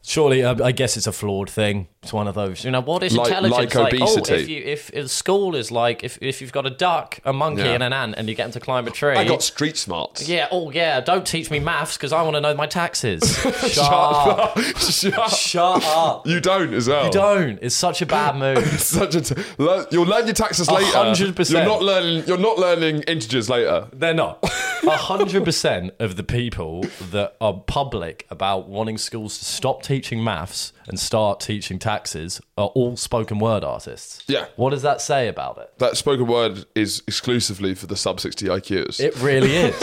Speaker 3: Surely, uh, I guess it's a flawed thing. It's one of those. You know, what is
Speaker 2: Like-
Speaker 3: intelligence?
Speaker 2: like obesity.
Speaker 3: oh, if, you, if, if school is like, if, if you've got a duck, a monkey,
Speaker 2: Yeah.
Speaker 3: and an ant, and you get them to climb a tree.
Speaker 2: I got street smarts.
Speaker 3: yeah, oh yeah, don't teach me maths because I want to know my taxes. Shut, up.
Speaker 2: (laughs) Shut up.
Speaker 3: Shut
Speaker 2: (laughs)
Speaker 3: up.
Speaker 2: (laughs) You don't as well. You
Speaker 3: Don't. It's such a bad move.
Speaker 2: (laughs) Such a t- learn, you'll learn your taxes later.
Speaker 3: 100%.
Speaker 2: You're not learning. You're not learning integers later.
Speaker 3: They're not. A hundred percent of the people that are public about wanting schools to stop teaching maths and start teaching taxes are all spoken word artists.
Speaker 2: Yeah.
Speaker 3: What does that say about it?
Speaker 2: that spoken word is exclusively for the sub 60 IQs.
Speaker 3: It really
Speaker 2: (laughs)
Speaker 3: is.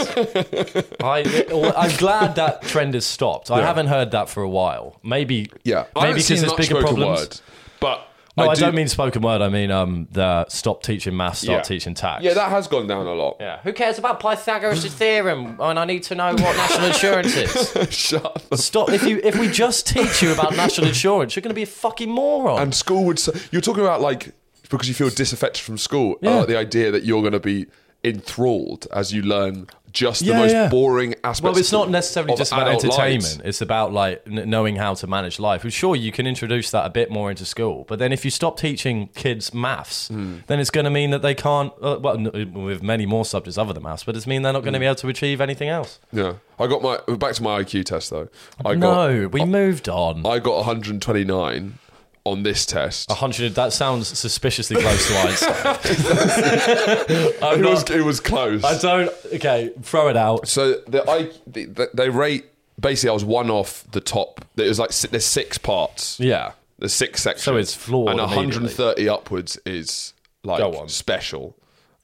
Speaker 3: I, I'm glad that trend has stopped. I haven't heard that for a while. Maybe.
Speaker 2: yeah,
Speaker 3: Maybe
Speaker 2: I haven't seen
Speaker 3: because it's
Speaker 2: much
Speaker 3: bigger
Speaker 2: spoken
Speaker 3: problems.
Speaker 2: word, but
Speaker 3: No, I,
Speaker 2: do,
Speaker 3: don't mean spoken word. I mean um, the stop teaching maths, start
Speaker 2: Yeah.
Speaker 3: teaching tax.
Speaker 2: Yeah, that has gone down a lot.
Speaker 3: yeah. Who cares about Pythagoras' theorem? And I need to know what national insurance is.
Speaker 2: (laughs) Shut up.
Speaker 3: Stop! If you if we just teach you about national insurance, you're going to be a fucking moron.
Speaker 2: And school would. s- You're talking about like because you feel disaffected from school.
Speaker 3: Yeah.
Speaker 2: Uh, the idea that you're going to be enthralled as you learn just the
Speaker 3: Yeah,
Speaker 2: most
Speaker 3: yeah.
Speaker 2: boring aspects.
Speaker 3: well, it's not
Speaker 2: of-
Speaker 3: necessarily
Speaker 2: of
Speaker 3: just about
Speaker 2: adult lives.
Speaker 3: entertainment. It's about like n- knowing how to manage life. And sure, you can introduce that a bit more into school, but then if you stop teaching kids maths,
Speaker 2: Hmm.
Speaker 3: then it's going to mean that they can't. Uh, well, n- with many more subjects other than maths, but it's mean they're not going to
Speaker 2: Hmm.
Speaker 3: be able to achieve anything else.
Speaker 2: Yeah, I got my back to my IQ test though. I got
Speaker 3: no, we moved on.
Speaker 2: I got 129 on this
Speaker 3: (laughs)
Speaker 2: test.
Speaker 3: Hundred. That sounds suspiciously close to
Speaker 2: (laughs)
Speaker 3: Einstein. I'm
Speaker 2: it was
Speaker 3: not,
Speaker 2: it was close.
Speaker 3: I don't. Okay, throw it out.
Speaker 2: So the I the, the, they rate basically I was one off the top. It was like si- there's six parts.
Speaker 3: Yeah.
Speaker 2: There's six sections.
Speaker 3: So it's flawed
Speaker 2: And
Speaker 3: immediately.
Speaker 2: 130 upwards is like
Speaker 3: Go on.
Speaker 2: special.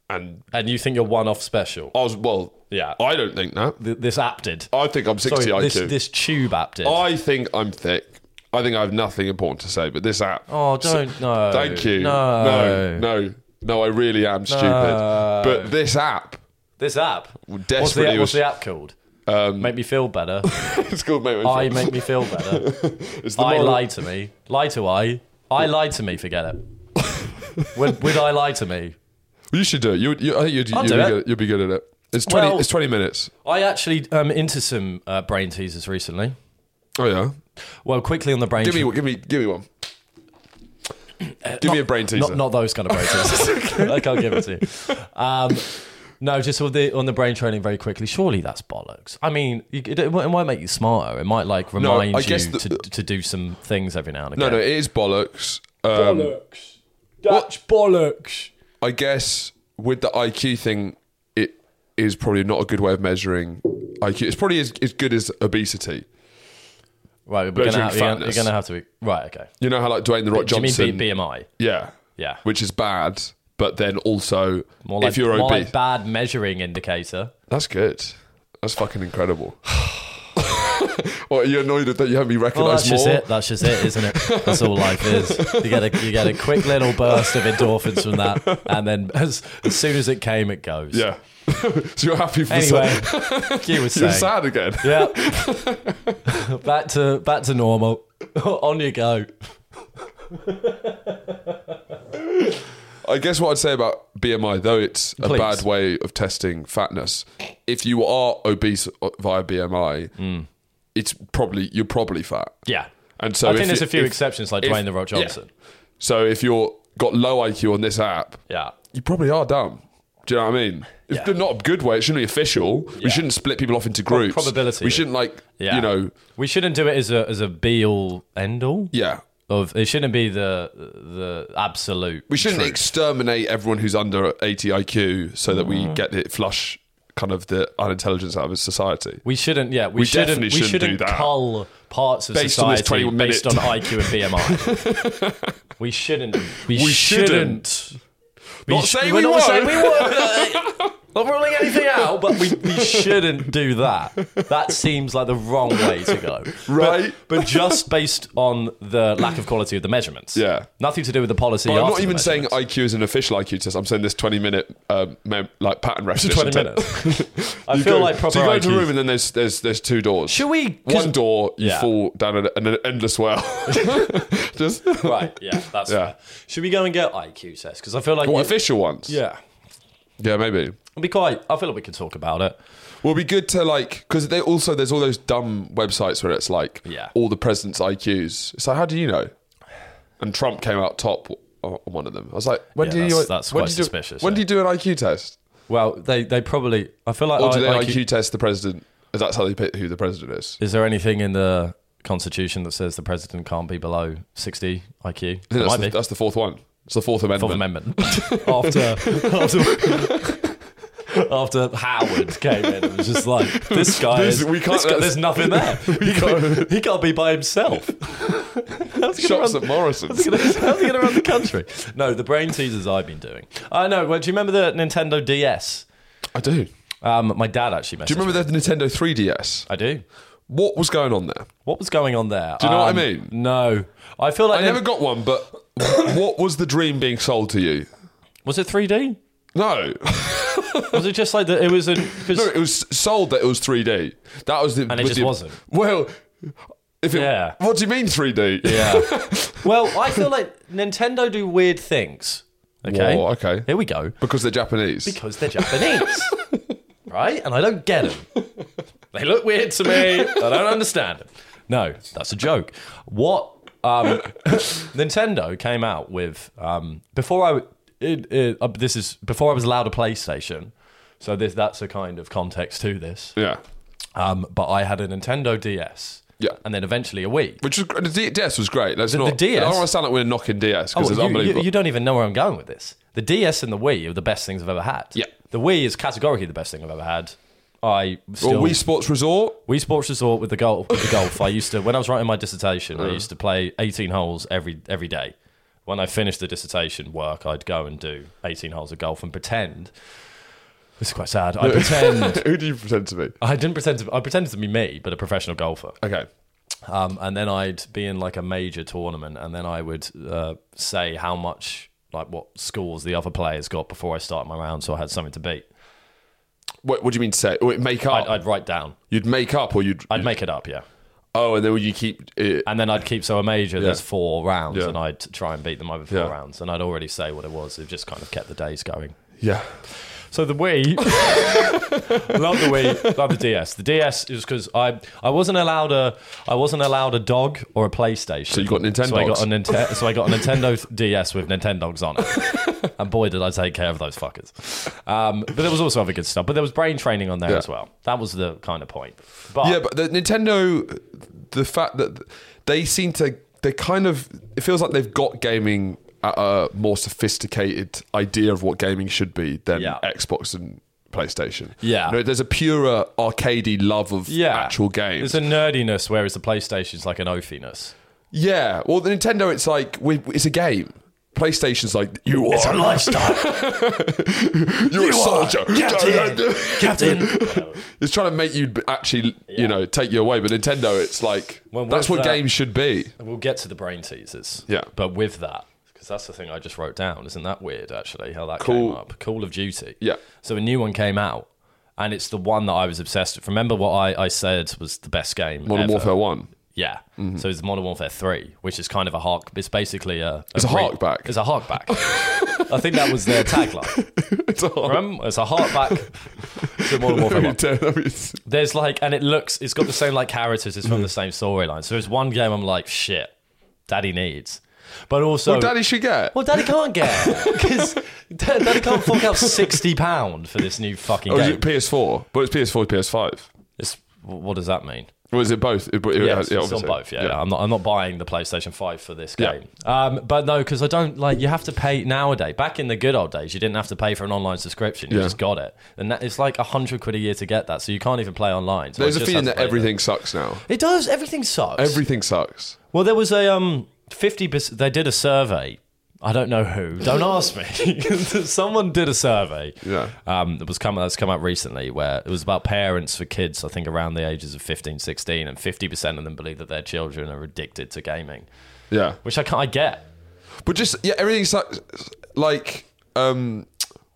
Speaker 2: And
Speaker 3: And you think you're one-off special?
Speaker 2: I was well.
Speaker 3: Yeah.
Speaker 2: I don't think that.
Speaker 3: Th- this app did.
Speaker 2: Oh, I Oh, think I'm 60
Speaker 3: Sorry, this,
Speaker 2: IQ.
Speaker 3: this tube app did.
Speaker 2: I think I'm thick. I think I have nothing important to say, but this app.
Speaker 3: oh, don't no.
Speaker 2: Thank you.
Speaker 3: No.
Speaker 2: No. No. No, I really am stupid.
Speaker 3: No.
Speaker 2: But this app,
Speaker 3: This app. What's the,
Speaker 2: desperately Um,
Speaker 3: what's
Speaker 2: was-
Speaker 3: the app called? make me feel
Speaker 2: (laughs)
Speaker 3: better.
Speaker 2: it's called Make Me
Speaker 3: I
Speaker 2: Feel-
Speaker 3: make me feel better.
Speaker 2: It's (laughs) the
Speaker 3: I
Speaker 2: model-
Speaker 3: lie to me. Lie to I. I lied to me. Forget it.
Speaker 2: (laughs)
Speaker 3: would, would I lie to me?
Speaker 2: You should do it. You, you, I think you'd, you'd,
Speaker 3: I'll
Speaker 2: be
Speaker 3: do it.
Speaker 2: good, you'd be good at it. It's 20,
Speaker 3: Well-
Speaker 2: it's 20 minutes.
Speaker 3: I actually um into some uh, brain teasers recently.
Speaker 2: Oh, yeah.
Speaker 3: Well, quickly on the brain.
Speaker 2: Give
Speaker 3: te-
Speaker 2: me, give me, give me one. Give me a brain teaser.
Speaker 3: Uh, Not, not those kind of brain
Speaker 2: (laughs)
Speaker 3: teasers. (laughs) I can't give it to you. Um, no, just on the on the brain training very quickly. Surely that's bollocks. I mean, you- it, it might make you smarter. It might like remind
Speaker 2: I
Speaker 3: you
Speaker 2: guess the-
Speaker 3: to, to do some things every now and
Speaker 2: no,
Speaker 3: again.
Speaker 2: no, it is bollocks. Um,
Speaker 3: bollocks. Dutch bollocks.
Speaker 2: I guess with the IQ thing, it is probably not a good way of measuring IQ. It's probably as, as good as obesity.
Speaker 3: Right, we're gonna
Speaker 2: Measuring
Speaker 3: have, you're, gonna, you're
Speaker 2: fatness.
Speaker 3: gonna have to be right. Okay,
Speaker 2: You know how like Dwayne the Rock
Speaker 3: do
Speaker 2: Johnson,
Speaker 3: you mean B- BMI?
Speaker 2: yeah,
Speaker 3: Yeah.
Speaker 2: which is bad. But then also,
Speaker 3: More like,
Speaker 2: if you're
Speaker 3: more
Speaker 2: obese,
Speaker 3: like bad measuring indicator. (sighs)
Speaker 2: that's good. That's fucking incredible. Or are you annoyed that you haven't been
Speaker 3: Well, that's
Speaker 2: recognised
Speaker 3: just
Speaker 2: more?
Speaker 3: it. That's just it, isn't it? That's all life is. You get a you get a quick little burst of endorphins from that, and then as, as soon as it came, it goes.
Speaker 2: Yeah. (laughs) so you're happy for
Speaker 3: Anyway, (laughs)
Speaker 2: the
Speaker 3: you were
Speaker 2: sa- (laughs) You're
Speaker 3: saying.
Speaker 2: sad again.
Speaker 3: Yeah. (laughs) back to back to normal. (laughs) On you go.
Speaker 2: I guess what I'd say about BMI, though it's a
Speaker 3: Please.
Speaker 2: bad way of testing fatness, if you are obese via BMI,
Speaker 3: Hmm.
Speaker 2: it's probably you're probably fat.
Speaker 3: Yeah.
Speaker 2: And so
Speaker 3: I
Speaker 2: if
Speaker 3: think there's
Speaker 2: you-
Speaker 3: a few
Speaker 2: if-
Speaker 3: exceptions like
Speaker 2: if-
Speaker 3: Dwayne the Rock
Speaker 2: yeah.
Speaker 3: Johnson.
Speaker 2: So if you're got low IQ on this app,
Speaker 3: Yeah.
Speaker 2: you probably are dumb. Do you know what I mean? It's
Speaker 3: Yeah.
Speaker 2: not a good way. It shouldn't be official. We shouldn't split people off into groups.
Speaker 3: probability.
Speaker 2: We shouldn't like
Speaker 3: Yeah.
Speaker 2: you know
Speaker 3: We shouldn't do it as a as a be all end all.
Speaker 2: yeah.
Speaker 3: Of it shouldn't be the the absolute.
Speaker 2: We shouldn't exterminate everyone who's under 80 IQ so that
Speaker 3: Mm.
Speaker 2: we get it flush kind of the unintelligence out of society.
Speaker 3: We shouldn't. Yeah, we,
Speaker 2: We
Speaker 3: shouldn't.
Speaker 2: definitely
Speaker 3: we
Speaker 2: shouldn't do
Speaker 3: shouldn't
Speaker 2: that.
Speaker 3: cull parts of
Speaker 2: Based on this
Speaker 3: society
Speaker 2: 21
Speaker 3: based on
Speaker 2: minute-
Speaker 3: IQ and BMI.
Speaker 2: (laughs)
Speaker 3: we shouldn't. We,
Speaker 2: shouldn't.
Speaker 3: shouldn't. We
Speaker 2: Not saying
Speaker 3: we're
Speaker 2: we
Speaker 3: not
Speaker 2: won't.
Speaker 3: saying we won't. uh, Not ruling anything out, but we, we shouldn't do that. That seems like the wrong way to go.
Speaker 2: Right.
Speaker 3: But, but just based on the lack of quality of the measurements.
Speaker 2: Yeah.
Speaker 3: Nothing to do with the policy.
Speaker 2: I'm
Speaker 3: after
Speaker 2: not
Speaker 3: the
Speaker 2: even saying
Speaker 3: measurements.
Speaker 2: IQ is an official IQ test. I'm saying this 20 minute um, mem- like pattern
Speaker 3: 20
Speaker 2: repetition. (laughs) test.
Speaker 3: minutes. I
Speaker 2: You
Speaker 3: feel
Speaker 2: go-
Speaker 3: like proper
Speaker 2: So you go into a
Speaker 3: IQ.
Speaker 2: room and then there's there's there's two doors.
Speaker 3: Should we? 'cause-
Speaker 2: One door, you
Speaker 3: Yeah.
Speaker 2: fall down an, an endless well. (laughs) Just what
Speaker 3: Right.
Speaker 2: (laughs)
Speaker 3: Yeah. That's
Speaker 2: Yeah.
Speaker 3: fair. Should we go and get IQ tests? Because I feel like you-
Speaker 2: official ones?
Speaker 3: Yeah.
Speaker 2: yeah, maybe.
Speaker 3: It'd be quite. I feel like we could talk about it.
Speaker 2: Well, it'd be good to like because they also there's all those dumb websites where it's like
Speaker 3: Yeah.
Speaker 2: all the president's IQs. It's like how do you know? And Trump came out top on on one of them. I was like, when
Speaker 3: Yeah,
Speaker 2: do you?
Speaker 3: that's- that's
Speaker 2: when
Speaker 3: quite
Speaker 2: do you do-
Speaker 3: suspicious,
Speaker 2: When
Speaker 3: yeah.
Speaker 2: do you do an IQ test?
Speaker 3: Well, they they probably. I feel like.
Speaker 2: Or do they
Speaker 3: I-
Speaker 2: IQ, test the president? Is that how they pick who the president is?
Speaker 3: Is there anything in the Constitution that says the president can't be below sixty IQ?
Speaker 2: I think
Speaker 3: There
Speaker 2: that's,
Speaker 3: might
Speaker 2: the,
Speaker 3: be.
Speaker 2: that's the fourth one. It's the Fourth Amendment.
Speaker 3: Fourth Amendment.
Speaker 2: (laughs)
Speaker 3: after after after Howard came in, it was just like this guy.
Speaker 2: This-
Speaker 3: is,
Speaker 2: we can't-
Speaker 3: this guy-
Speaker 2: (laughs)
Speaker 3: there's nothing there. He can't, (laughs) he can't be by himself. How's he gonna
Speaker 2: Shots
Speaker 3: run-
Speaker 2: at
Speaker 3: (laughs) How's
Speaker 2: Morrison's.
Speaker 3: he gonna- how's he going to run the country? No, the brain teasers I've been doing. I know. Well, do you remember the Nintendo DS?
Speaker 2: I do. Do
Speaker 3: Um, my dad actually messaged.
Speaker 2: you remember the Nintendo 3DS?
Speaker 3: I do.
Speaker 2: What was going on there?
Speaker 3: What was going on there? Do
Speaker 2: you know what I mean?
Speaker 3: No, I feel like
Speaker 2: I
Speaker 3: there-
Speaker 2: never got one, but (coughs) what was the dream being sold to you?
Speaker 3: was it 3D.
Speaker 2: No, (laughs)
Speaker 3: Was it just like that? It was a because
Speaker 2: no, it was sold that it was 3D. That was the and
Speaker 3: it just wasn't.
Speaker 2: Well, if it,
Speaker 3: Yeah.
Speaker 2: what do you mean 3D?
Speaker 3: yeah. well, I feel like Nintendo do weird things. Okay,
Speaker 2: Whoa, okay.
Speaker 3: here we go.
Speaker 2: (laughs) because they're Japanese.
Speaker 3: Because they're Japanese, right? And I don't get them. They look weird to me. I don't understand them. No, that's a joke. What um, (laughs) Nintendo came out with um, before I it, it, uh, this is before I was allowed a PlayStation. So this that's a kind of context to this.
Speaker 2: yeah,
Speaker 3: Um, but I had a Nintendo DS.
Speaker 2: Yeah.
Speaker 3: And then eventually a Wii.
Speaker 2: which was the D- DS was great. Let's not.
Speaker 3: DS?
Speaker 2: I don't want to sound like we're knocking DS because it's
Speaker 3: Oh, you, you-
Speaker 2: unbelievable.
Speaker 3: you don't even know where I'm going with this. The DS and the Wii are the best things I've ever had.
Speaker 2: Yeah.
Speaker 3: The Wii is categorically the best thing I've ever had. I
Speaker 2: or
Speaker 3: still
Speaker 2: Wii Sports Resort.
Speaker 3: Wii Sports Resort with the golf. With the golf, I used to when I was writing my dissertation, I used to play 18 holes every every day. When I finished the dissertation work, I'd go and do 18 holes of golf and pretend. This is quite sad. I
Speaker 2: (laughs)
Speaker 3: pretend.
Speaker 2: Who do you pretend to be?
Speaker 3: I didn't pretend to. I pretended to be me, but a professional golfer.
Speaker 2: Okay.
Speaker 3: Um, and then I'd be in like a major tournament, and then I would uh, say how much, like what scores the other players got before I started my round, so I had something to beat.
Speaker 2: What, what do you mean say? Wait, make
Speaker 3: I'd,
Speaker 2: up.
Speaker 3: I'd write down.
Speaker 2: you'd make up, or you'd.
Speaker 3: I'd make it up, yeah.
Speaker 2: oh, and then you keep. It,
Speaker 3: And then I'd keep so a major. There's four rounds,
Speaker 2: Yeah.
Speaker 3: and I'd try and beat them over four
Speaker 2: Yeah.
Speaker 3: rounds, and I'd already say what it was. It just kind of kept the days going.
Speaker 2: yeah.
Speaker 3: So the (laughs) Wii, love the Wii, love the DS. The DS is because I I wasn't allowed a I wasn't allowed a dog or a PlayStation. So
Speaker 2: you got Nintendogs.
Speaker 3: So I got a
Speaker 2: (laughs)
Speaker 3: Nintendo. so I got a Nintendo DS with Nintendogs on it. and boy, did I take care of those fuckers. Um, but there was also other good stuff. But there was brain training on there
Speaker 2: Yeah.
Speaker 3: as well. That was the kind of point. But
Speaker 2: Yeah, but the Nintendo, the fact that they seem to, they kind of, it feels like they've got gaming at a more sophisticated idea of what gaming should be than
Speaker 3: Yeah.
Speaker 2: Xbox and PlayStation.
Speaker 3: Yeah.
Speaker 2: You know, there's a purer arcadey love of
Speaker 3: yeah,
Speaker 2: actual games.
Speaker 3: There's a nerdiness, whereas the PlayStation's like an oathiness.
Speaker 2: yeah. Well, the Nintendo, it's like we, it's a game. PlayStation's like you
Speaker 3: It's a
Speaker 2: are,
Speaker 3: lifestyle,
Speaker 2: (laughs) you're a soldier,
Speaker 3: (laughs) Captain. Captain.
Speaker 2: It's trying to make you b- actually, you know, take you away. But Nintendo, it's like
Speaker 3: Well,
Speaker 2: that's
Speaker 3: with
Speaker 2: what
Speaker 3: that-
Speaker 2: games should be.
Speaker 3: (laughs) We'll get to the brain teasers.
Speaker 2: Yeah.
Speaker 3: But with that, because that's the thing I just wrote down. Isn't that weird, actually, how that
Speaker 2: Call-
Speaker 3: came up? Call of Duty.
Speaker 2: Yeah.
Speaker 3: So a new one came out, and it's the one that I was obsessed with. Remember what I, I said was the best game
Speaker 2: Modern
Speaker 3: ever?
Speaker 2: Warfare Mm-hmm. One. (laughs)
Speaker 3: Yeah. So it's Modern Warfare 3, which is kind of a hark. It's basically a.
Speaker 2: It's a
Speaker 3: re-
Speaker 2: hark back.
Speaker 3: It's a hark
Speaker 2: (laughs)
Speaker 3: back. I think that was their tagline.
Speaker 2: It's a hard.
Speaker 3: Remember? It's a hark back
Speaker 2: (laughs)
Speaker 3: to Modern Warfare Oh, 1. There's like, and it looks, it's got the same like characters, it's from the same
Speaker 2: Mm.
Speaker 3: storyline. So there's one game I'm like, shit, daddy needs. But also,
Speaker 2: Well, Daddy should get.
Speaker 3: well, Daddy can't
Speaker 2: (laughs)
Speaker 3: get because Daddy can't fork out sixty pound for this new fucking
Speaker 2: Or Oh, is
Speaker 3: game.
Speaker 2: it PS4? But it's PS4, PS5.
Speaker 3: It's- what does that mean?
Speaker 2: Or is it both? It- it-
Speaker 3: Yeah,
Speaker 2: yeah,
Speaker 3: it's, it's on
Speaker 2: obviously.
Speaker 3: both. Yeah, yeah. I'm not. I'm not buying the PlayStation Five for this
Speaker 2: Yeah.
Speaker 3: game. Um, but no, because I don't like. You have to pay nowadays. Back in the good old days, you didn't have to pay for an online subscription. You
Speaker 2: Yeah.
Speaker 3: just got it, and that, it's like hundred quid a year to get that. So you can't even play online. So I
Speaker 2: There's a
Speaker 3: just
Speaker 2: feeling
Speaker 3: have
Speaker 2: that
Speaker 3: to play
Speaker 2: everything sucks now.
Speaker 3: It. It does. Everything sucks.
Speaker 2: Everything sucks.
Speaker 3: Well, there was a um fifty. percent They did a survey. I don't know who.
Speaker 2: (laughs)
Speaker 3: Don't ask me. (laughs) Someone did a survey.
Speaker 2: Yeah.
Speaker 3: Um, that was come that's come out recently where it was about parents for kids. I think around the ages of 15, 16, and fifty percent of them believe that their children are addicted to gaming,
Speaker 2: Yeah.
Speaker 3: which I can't. I get.
Speaker 2: But just yeah, everything sucks. Like um,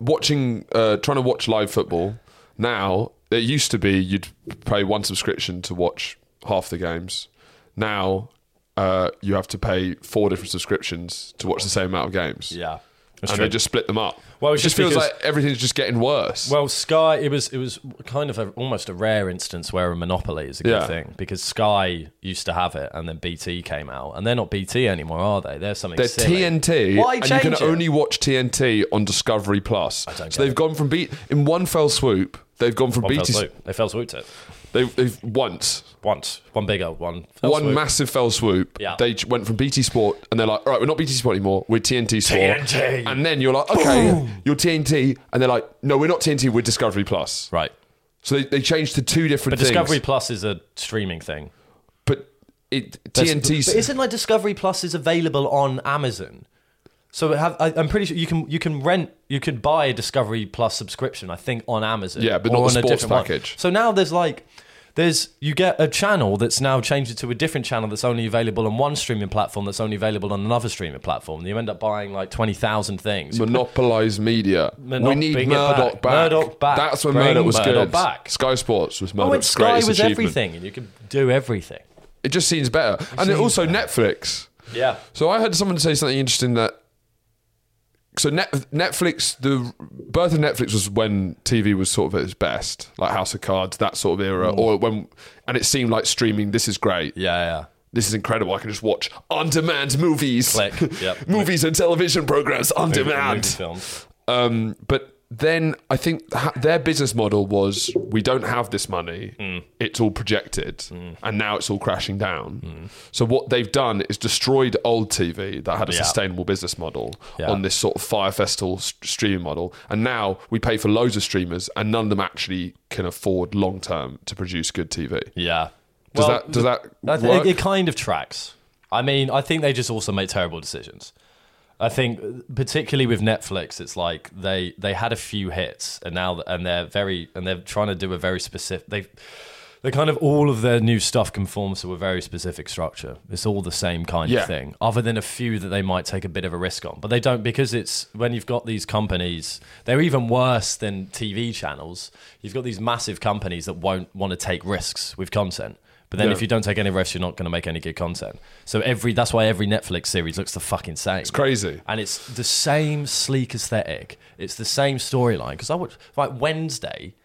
Speaker 2: watching, uh, trying to watch live football now. It used to be you'd pay one subscription to watch half the games. Now uh, you have to pay four different subscriptions to watch the same amount of games.
Speaker 3: Yeah.
Speaker 2: and they just split them up.
Speaker 3: Well,
Speaker 2: Well, it
Speaker 3: it's
Speaker 2: just,
Speaker 3: just
Speaker 2: feels
Speaker 3: because-
Speaker 2: like everything's just getting worse.
Speaker 3: Well, Sky, it was it was kind of a, almost a rare instance where a monopoly is a good
Speaker 2: Yeah.
Speaker 3: thing because Sky used to have it, and then BT came out, and they're not BT anymore, are they? They're something.
Speaker 2: They're
Speaker 3: silly.
Speaker 2: TNT,
Speaker 3: Why
Speaker 2: and you can
Speaker 3: change it?
Speaker 2: only watch TNT on Discovery Plus.
Speaker 3: don't get
Speaker 2: So they've
Speaker 3: it.
Speaker 2: gone from beat in one fell swoop. They've gone from
Speaker 3: One fell
Speaker 2: BT.
Speaker 3: swoop. They fell swooped it.
Speaker 2: They've, they've once
Speaker 3: Once. One bigger one. fell
Speaker 2: one
Speaker 3: swoop.
Speaker 2: massive fell swoop.
Speaker 3: Yeah.
Speaker 2: They j- went from BT Sport and they're like, all right, we're not BT Sport anymore. We're TNT Sport.
Speaker 3: TNT.
Speaker 2: And then you're like, okay, you're TNT. And they're like, no, we're not TNT. We're Discovery Plus.
Speaker 3: Right.
Speaker 2: So they, they changed to two different
Speaker 3: But
Speaker 2: things.
Speaker 3: Discovery Plus is a streaming thing.
Speaker 2: But it,
Speaker 3: But
Speaker 2: (laughs) TNT.
Speaker 3: isn't like Discovery Plus is available on Amazon? So it have, I, I'm pretty sure you can you can rent you can buy a Discovery Plus subscription I think on Amazon.
Speaker 2: Yeah, but
Speaker 3: or
Speaker 2: not the
Speaker 3: on a
Speaker 2: sports
Speaker 3: different one.
Speaker 2: package.
Speaker 3: So now there's like there's you get a channel that's now changed to a different channel that's only available on one streaming platform that's only available on another streaming platform. And you end up buying like twenty thousand things.
Speaker 2: Monopolize media. we
Speaker 3: Monop-
Speaker 2: need
Speaker 3: bring it back.
Speaker 2: Murdoch back.
Speaker 3: Murdoch back.
Speaker 2: That's when
Speaker 3: Bring
Speaker 2: Murdoch was
Speaker 3: Murdoch
Speaker 2: good.
Speaker 3: back.
Speaker 2: Sky Sports was
Speaker 3: oh,
Speaker 2: Murdoch's
Speaker 3: and Sky
Speaker 2: greatest
Speaker 3: was
Speaker 2: achievement.
Speaker 3: everything, and you could do everything.
Speaker 2: It just seems better, and it also Netflix.
Speaker 3: Yeah.
Speaker 2: So I heard someone say something interesting that. So Net, Netflix, the birth of Netflix was when TV was sort of at its best, like House of Cards, that sort of
Speaker 3: Mm.
Speaker 2: era, or when, and it seemed like streaming. This is great.
Speaker 3: Yeah,
Speaker 2: This is incredible. I can just watch on-demand movies,
Speaker 3: Click, yep.
Speaker 2: (laughs) movies and television programs on
Speaker 3: yeah.
Speaker 2: demand.
Speaker 3: Movie films.
Speaker 2: Um, but then I think ha- their business model was we don't have this money,
Speaker 3: Mm.
Speaker 2: it's all projected, and now it's all crashing down.
Speaker 3: Mm.
Speaker 2: So what they've done is destroyed old TV that had a
Speaker 3: Yeah.
Speaker 2: sustainable business model
Speaker 3: Yeah.
Speaker 2: on this sort of fire festival s- streaming model, and now we pay for loads of streamers, and none of them actually can afford long term to produce good TV.
Speaker 3: Yeah.
Speaker 2: Does
Speaker 3: Well,
Speaker 2: that does that
Speaker 3: I th-
Speaker 2: work?
Speaker 3: It, it kind of tracks. I mean, I think they just also make terrible decisions. I think, particularly with Netflix, it's like they they had a few hits, and now and they're very and they're trying to do a very specific. They they kind of all of their new stuff conforms to a very specific structure. It's all the same kind
Speaker 2: Yeah.
Speaker 3: of thing, other than a few that they might take a bit of a risk on, but they don't because it's when you've got these companies, they're even worse than TV channels. You've got these massive companies that won't want to take risks with content. But then
Speaker 2: Yeah.
Speaker 3: if you don't take any risks, you're not going to make any good content. So every that's why every Netflix series looks the fucking same. It's
Speaker 2: crazy.
Speaker 3: and it's the same sleek aesthetic. It's the same storyline because I watch like Wednesday.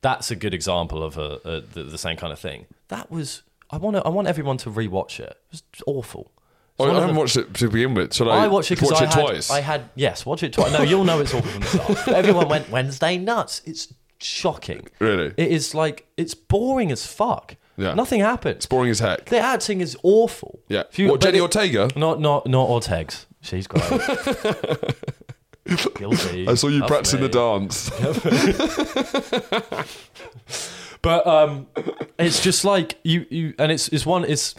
Speaker 3: That's a good example of a, a the, the same kind of thing. That was I want to I want everyone to rewatch it. It was awful. It's
Speaker 2: I
Speaker 3: one
Speaker 2: I
Speaker 3: of
Speaker 2: haven't
Speaker 3: the-
Speaker 2: watched it to begin with. So
Speaker 3: I watched it because I had,
Speaker 2: twice.
Speaker 3: I had yes, watch it twice. No, you'll know it's awful from the start. But everyone went Wednesday nuts. It's shocking.
Speaker 2: Really?
Speaker 3: It is like it's boring as fuck.
Speaker 2: Yeah.
Speaker 3: Nothing happens.
Speaker 2: it's boring as heck.
Speaker 3: The acting is awful.
Speaker 2: Yeah.
Speaker 3: If you-
Speaker 2: what
Speaker 3: but
Speaker 2: Jenny
Speaker 3: it-
Speaker 2: Ortega?
Speaker 3: Not not not Ortegs. She's
Speaker 2: (laughs)
Speaker 3: great. Guilty.
Speaker 2: I saw you
Speaker 3: That's
Speaker 2: practicing the
Speaker 3: me. (laughs)
Speaker 2: dance.
Speaker 3: But um, it's just like you, you, and it's it's one. It's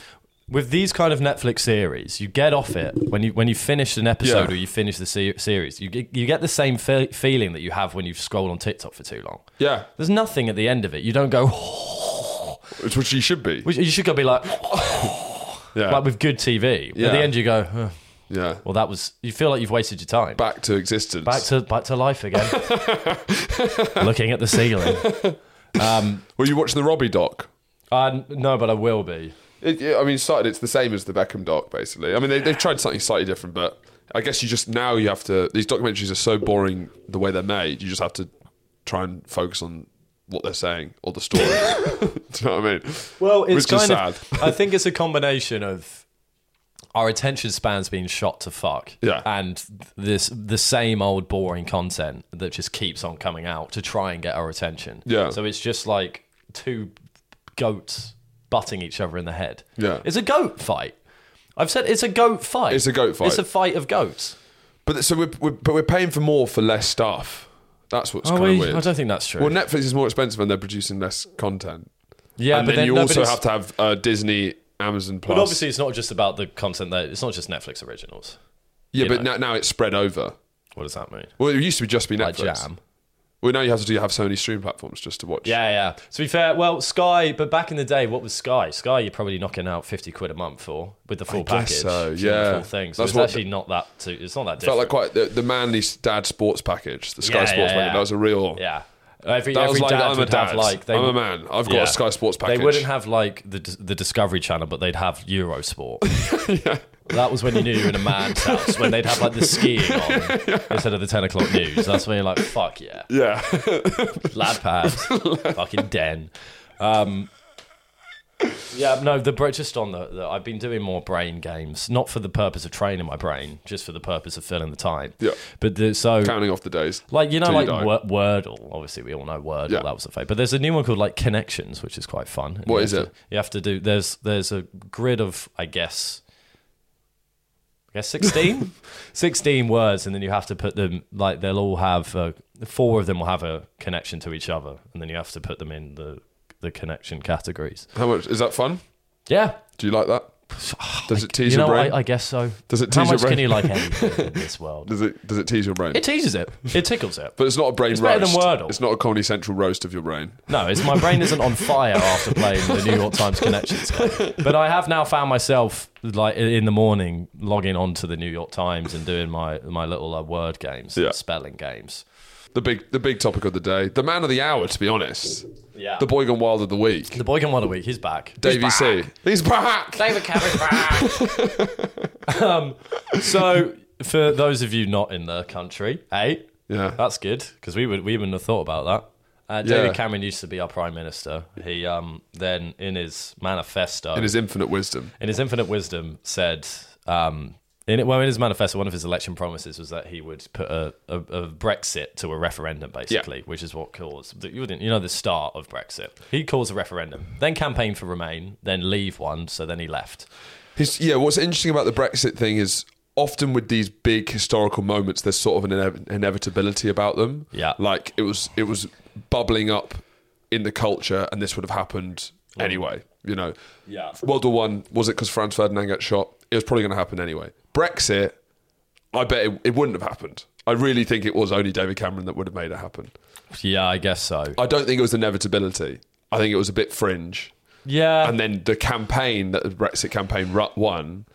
Speaker 3: with these kind of Netflix series, you get off it when you when you finish an episode
Speaker 2: Yeah.
Speaker 3: or you finish the se- series. You get, you get the same fe- feeling that you have when you scroll on TikTok for too long.
Speaker 2: Yeah,
Speaker 3: There's nothing at the end of it. You don't go. (laughs)
Speaker 2: which, which you should be.
Speaker 3: which You should go be like
Speaker 2: yeah,
Speaker 3: like with good TV. At
Speaker 2: Yeah.
Speaker 3: the end, you go. "Huh,
Speaker 2: yeah.
Speaker 3: (laughs) well, that was. You feel like you've wasted your time.
Speaker 2: Back to existence.
Speaker 3: back to back to life
Speaker 2: (laughs)
Speaker 3: again. Looking at the ceiling.
Speaker 2: Were you watching the Robbie doc?
Speaker 3: Uh, no, but I will be.
Speaker 2: It, it- I mean, slightly, it's the same as the Beckham doc, basically. I mean, they, they've tried something slightly different, but I guess you just now you have to. These documentaries are so boring the way they're made. You just have to try and focus on what they're saying or the story. (laughs) Do you know what I mean?
Speaker 3: Well, it's
Speaker 2: Which is
Speaker 3: kind of.
Speaker 2: sad.
Speaker 3: (laughs) I think it's a combination of our attention spans being shot to fuck,
Speaker 2: Yeah.
Speaker 3: and this the same old boring content that just keeps on coming out to try and get our attention.
Speaker 2: Yeah.
Speaker 3: So it's just like two goats butting each other in the head.
Speaker 2: Yeah.
Speaker 3: It's a goat fight. I've said it's a goat fight.
Speaker 2: It's a goat fight.
Speaker 3: It's a fight of goats.
Speaker 2: But so we're, we're but we're paying for more for less stuff. That's what's
Speaker 3: Oh,
Speaker 2: kind
Speaker 3: we-
Speaker 2: of weird.
Speaker 3: I don't think that's true.
Speaker 2: Well, Netflix is more expensive and they're producing less content.
Speaker 3: yeah,
Speaker 2: and
Speaker 3: but
Speaker 2: then, you
Speaker 3: no, but
Speaker 2: also
Speaker 3: it's-
Speaker 2: have to have uh, Disney, Amazon Plus.
Speaker 3: But obviously, it's not just about the content that it's not just Netflix originals.
Speaker 2: yeah,
Speaker 3: you
Speaker 2: but
Speaker 3: know.
Speaker 2: now, now it's spread over.
Speaker 3: What does that mean?
Speaker 2: Well, it used to be just be
Speaker 3: Like
Speaker 2: Netflix.
Speaker 3: Jam.
Speaker 2: Well, now you have to do have so many stream platforms just to watch.
Speaker 3: Yeah, yeah. To be fair, well, Sky, but back in the day, what was Sky? Sky, you're probably knocking out fifty quid a month for with the full
Speaker 2: guess
Speaker 3: package,
Speaker 2: so,
Speaker 3: and
Speaker 2: yeah.
Speaker 3: the full thing. So
Speaker 2: That's
Speaker 3: it's
Speaker 2: what
Speaker 3: actually not that. Too, it's not that different.
Speaker 2: Felt like quite the, the manly dad sports package, the Sky
Speaker 3: Yeah,
Speaker 2: Sports
Speaker 3: yeah,
Speaker 2: package.
Speaker 3: yeah.
Speaker 2: That was a real.
Speaker 3: yeah, every
Speaker 2: That
Speaker 3: every
Speaker 2: was like
Speaker 3: dad
Speaker 2: I'm a
Speaker 3: would
Speaker 2: dad.
Speaker 3: have like they
Speaker 2: I'm a
Speaker 3: would-
Speaker 2: man. I've got
Speaker 3: yeah.
Speaker 2: a Sky Sports package.
Speaker 3: They wouldn't have like the the Discovery Channel, but they'd have
Speaker 2: (laughs)
Speaker 3: Eurosport. That was when you knew you were in a man's house when they'd have like the skiing on
Speaker 2: (laughs)
Speaker 3: instead of the ten o'clock news. That's when you're like, fuck yeah.
Speaker 2: Yeah, (laughs)
Speaker 3: lad pads, fucking den. Um, yeah, no, the bra- just on the, the I've been doing more brain games, not for the purpose of training my brain, just for the purpose of filling the time.
Speaker 2: Yeah.
Speaker 3: but the, so
Speaker 2: counting off the days.
Speaker 3: like you know,
Speaker 2: till you
Speaker 3: like
Speaker 2: die.
Speaker 3: Wor- Wordle. Obviously, we all know Wordle.
Speaker 2: Yeah.
Speaker 3: That was a fake. But there's a new one called like Connections, which is quite fun. And
Speaker 2: What
Speaker 3: you
Speaker 2: is
Speaker 3: have
Speaker 2: it?
Speaker 3: to- you have to do. There's there's a grid of I guess. I guess
Speaker 2: (laughs)
Speaker 3: 16? 16 words, and then you have to put them, like, they'll all have, uh, four of them will have a connection to each other, and then you have to put them in the, the connection categories.
Speaker 2: How much is that fun?
Speaker 3: Yeah.
Speaker 2: Do you
Speaker 3: (sighs)
Speaker 2: like that? Does it tease
Speaker 3: You
Speaker 2: your
Speaker 3: know,
Speaker 2: brain?
Speaker 3: I, I guess so.
Speaker 2: Does it
Speaker 3: How
Speaker 2: tease your
Speaker 3: much can
Speaker 2: brain?
Speaker 3: you
Speaker 2: (laughs)
Speaker 3: like anything in this world?
Speaker 2: Does it does it tease your brain?
Speaker 3: It teases it. It tickles it.
Speaker 2: but it's not a brain roast.
Speaker 3: better than Wordle.
Speaker 2: It's not a Comedy Central roast of your brain.
Speaker 3: No, it's my brain isn't on fire after playing the New York Times Connections game. But I have now found myself like in the morning logging on to the New York Times and doing my my little uh, word games,
Speaker 2: Yeah.
Speaker 3: spelling games.
Speaker 2: The big the big topic of the day, the man of the hour. To be honest,
Speaker 3: Yeah.
Speaker 2: the boy gone wild of the week,
Speaker 3: The boy can one a week. He's back.
Speaker 2: Davey C. He's back. (laughs)
Speaker 3: David Cameron back. (laughs) um, so for those of you not in the country, hey,
Speaker 2: Yeah.
Speaker 3: that's good because we would we wouldn't have thought about that. Uh, David
Speaker 2: Yeah.
Speaker 3: Cameron used to be our prime minister. He um, then in his manifesto
Speaker 2: In his infinite wisdom,
Speaker 3: in his infinite wisdom, said, um, in it, well, in his manifesto, one of his election promises was that he would put a, a, a Brexit to a referendum, basically, which is what caused the, you didn't- you know the start of Brexit. He calls a referendum, then campaigned for Remain, then leave one, so then he left.
Speaker 2: His, yeah, what's interesting about the Brexit thing is often with these big historical moments, there's sort of an inev- inevitability about them.
Speaker 3: Yeah.
Speaker 2: like it was it was bubbling up in the culture, and this would have happened anyway. You know,
Speaker 3: Mm. Yeah.
Speaker 2: World War One was it because Franz Ferdinand got shot? It was probably going to happen anyway. Brexit, I bet it, it wouldn't have happened. I really think it was only David Cameron that would have made it happen.
Speaker 3: Yeah, I guess so.
Speaker 2: I don't think it was inevitability. I think it was a bit fringe
Speaker 3: Yeah,
Speaker 2: and then the campaign that the Brexit campaign ru- won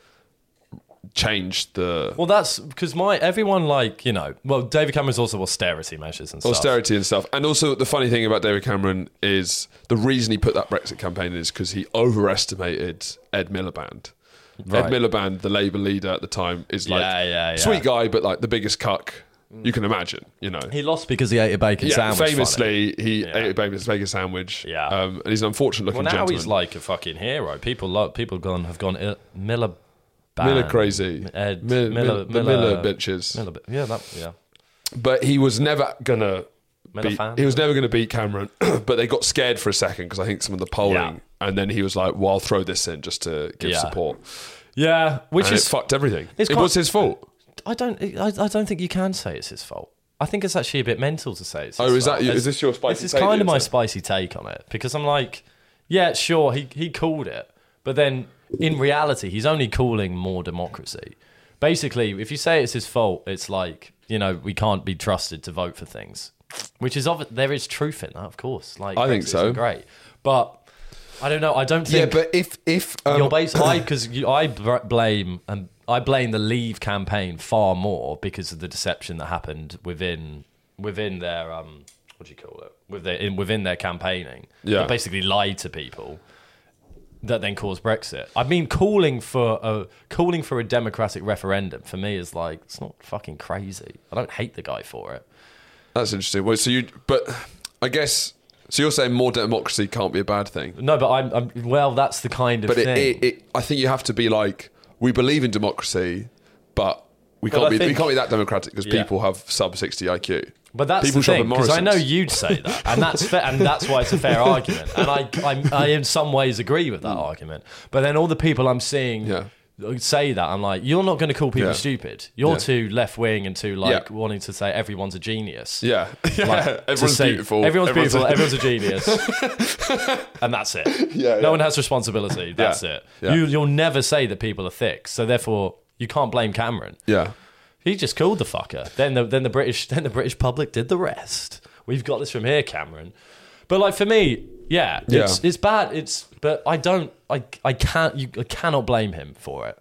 Speaker 2: changed the
Speaker 3: well, that's because my everyone like you know, well, David Cameron's also austerity measures and stuff.
Speaker 2: austerity and stuff. And also, the funny thing about David Cameron is the reason he put that Brexit campaign in is because he overestimated Ed Miliband.
Speaker 3: Right.
Speaker 2: Ed Miliband, the Labour leader at the time, is like
Speaker 3: Yeah, yeah, yeah.
Speaker 2: sweet guy, but like the biggest cuck you can imagine. You know,
Speaker 3: He lost because he ate a bacon
Speaker 2: yeah,
Speaker 3: sandwich. funny.
Speaker 2: famously he ate a bacon, bacon sandwich.
Speaker 3: Yeah.
Speaker 2: um, and he's an unfortunate looking
Speaker 3: Well, now
Speaker 2: gentleman.
Speaker 3: he's like a fucking hero. People love people gone have gone "Uh, Miller.
Speaker 2: Miller
Speaker 3: Band,
Speaker 2: crazy,
Speaker 3: Um, Ed
Speaker 2: Mil-
Speaker 3: Miller,
Speaker 2: Mil- the Miller bitches.
Speaker 3: Miller, Bi- yeah, that, yeah.
Speaker 2: but he was never gonna.
Speaker 3: Miller
Speaker 2: beat-
Speaker 3: fan?
Speaker 2: he was never going to beat Cameron, (clears throat) but they got scared for a second because I think some of the polling,
Speaker 3: Yeah.
Speaker 2: and then he was like, "Well, I'll throw this in just to give
Speaker 3: Yeah.
Speaker 2: support,"
Speaker 3: Yeah, which
Speaker 2: and it
Speaker 3: is
Speaker 2: fucked everything.
Speaker 3: it's
Speaker 2: it
Speaker 3: quite-
Speaker 2: was his fault.
Speaker 3: I don't I, I don't think you can say it's his fault. I think it's actually a bit mental to say it's. His
Speaker 2: Oh, is
Speaker 3: fault.
Speaker 2: that you-
Speaker 3: It's-
Speaker 2: is this your spicy
Speaker 3: This is
Speaker 2: take,
Speaker 3: kind of
Speaker 2: is
Speaker 3: my
Speaker 2: it?
Speaker 3: spicy take on it because I'm like, yeah, sure, he he called it, but then in reality, he's only calling more democracy. Basically, if you say it's his fault, it's like you know we can't be trusted to vote for things, which is obvi- there is truth in that, of course. Like
Speaker 2: I think
Speaker 3: Brexit
Speaker 2: so.
Speaker 3: isn't great, but I don't know. I don't
Speaker 4: Yeah,
Speaker 3: think
Speaker 4: but if if um,
Speaker 3: your base. I
Speaker 2: (coughs)
Speaker 3: because I br- blame and I blame the Leave campaign far more because of the deception that happened within within their um what do you call it with their in, within their campaigning.
Speaker 2: Yeah.
Speaker 3: They basically lied to people that then caused Brexit. I mean, calling for a calling for a democratic referendum for me is like it's not fucking crazy. I don't hate the guy for it.
Speaker 2: That's interesting. Well, so you, but I guess so. You're saying more democracy can't be a bad thing,
Speaker 3: No, but I'm, I'm well. That's the kind of
Speaker 2: but it,
Speaker 3: thing.
Speaker 2: it, it, I think you have to be like, we believe in democracy, but we can't
Speaker 3: I
Speaker 2: be we
Speaker 3: think-
Speaker 2: can't be that democratic because
Speaker 3: Yeah.
Speaker 2: people have sub sixty IQ.
Speaker 3: But that's
Speaker 2: people
Speaker 3: the
Speaker 2: shop
Speaker 3: thing,
Speaker 2: at
Speaker 3: because I know
Speaker 2: Morrison's.
Speaker 3: you'd say that, and that's fair, and that's why it's a fair argument, and I, I, I in some ways agree with that argument. But then all the people I'm seeing
Speaker 2: Mm. Yeah.
Speaker 3: say that, I'm like, you're not going to call people
Speaker 2: Yeah.
Speaker 3: stupid. You're
Speaker 2: Yeah.
Speaker 3: too left wing and too like
Speaker 2: Yeah.
Speaker 3: wanting to say everyone's a genius.
Speaker 2: Yeah, (laughs) yeah.
Speaker 3: Like, to
Speaker 2: everyone's
Speaker 3: say,
Speaker 2: beautiful.
Speaker 3: Everyone's, beautiful. everyone's a genius,
Speaker 2: (laughs)
Speaker 3: and that's it. no
Speaker 2: Yeah, yeah.
Speaker 3: one has responsibility. That's it.
Speaker 2: yeah.
Speaker 3: You, you'll never say that people are thick, so therefore you can't blame Cameron.
Speaker 2: yeah.
Speaker 3: He just called the fucker. Then the then the British (laughs) then the British public did the rest. We've got this from here, Cameron. But like for me, yeah, it's
Speaker 2: Yeah.
Speaker 3: it's bad. It's but I don't I I can't you I cannot blame him for it.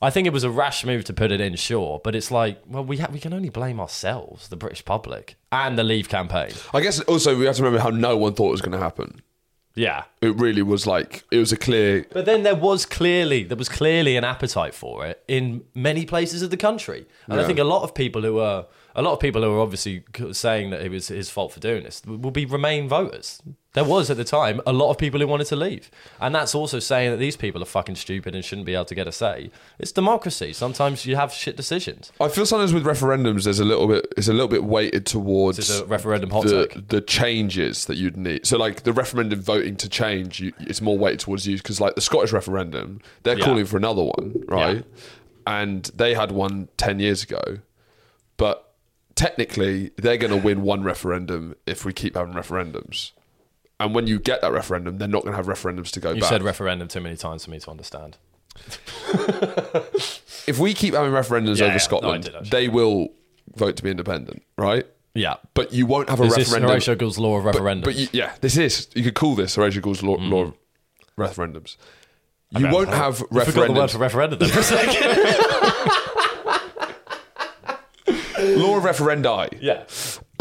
Speaker 3: I think it was a rash move to put it in, sure, but it's like, well, we ha- we can only blame ourselves, the British public, and the Leave campaign.
Speaker 2: I guess also we have to remember how no one thought it was going to happen.
Speaker 3: Yeah,
Speaker 2: It really was like it was a clear.
Speaker 3: But then there was clearly there was clearly an appetite for it in many places of the country, and I
Speaker 2: Yeah.
Speaker 3: think a lot of people who are a lot of people who are obviously c- saying that it was his fault for doing this will be Remain voters. There was at the time a lot of people who wanted to leave, and that's also saying that these people are fucking stupid and shouldn't be able to get a say. It's democracy. Sometimes you have shit decisions.
Speaker 2: I feel sometimes with referendums, there's a little bit. It's a little bit weighted towards
Speaker 3: It's a referendum hot take.
Speaker 2: the, the changes that you'd need. So, like the referendum voting to change, you, it's more weighted towards you because, like the Scottish referendum, they're
Speaker 3: Yeah.
Speaker 2: calling for another one, right? And they had one 10 years ago, but technically, they're going to win one referendum if we keep having referendums. And when you get that referendum, they're not going to have referendums to go
Speaker 3: You
Speaker 2: back.
Speaker 3: said referendum too many times for me to understand.
Speaker 2: if we keep having referendums
Speaker 3: Yeah, yeah. No, I
Speaker 2: over Scotland,
Speaker 3: did actually.
Speaker 2: they will vote to be independent, right?
Speaker 3: Yeah,
Speaker 2: But you won't have a
Speaker 3: is this
Speaker 2: referendum.
Speaker 3: Horatio Gould's law of referendum?
Speaker 2: But you, yeah, this is you could call this Horatio Gould's law, law of referendums. You won't have
Speaker 3: Mm. I forgot the word for referendum
Speaker 2: referendums.
Speaker 3: then for a
Speaker 2: (laughs)
Speaker 3: second.
Speaker 2: Law of referendi.
Speaker 3: yeah,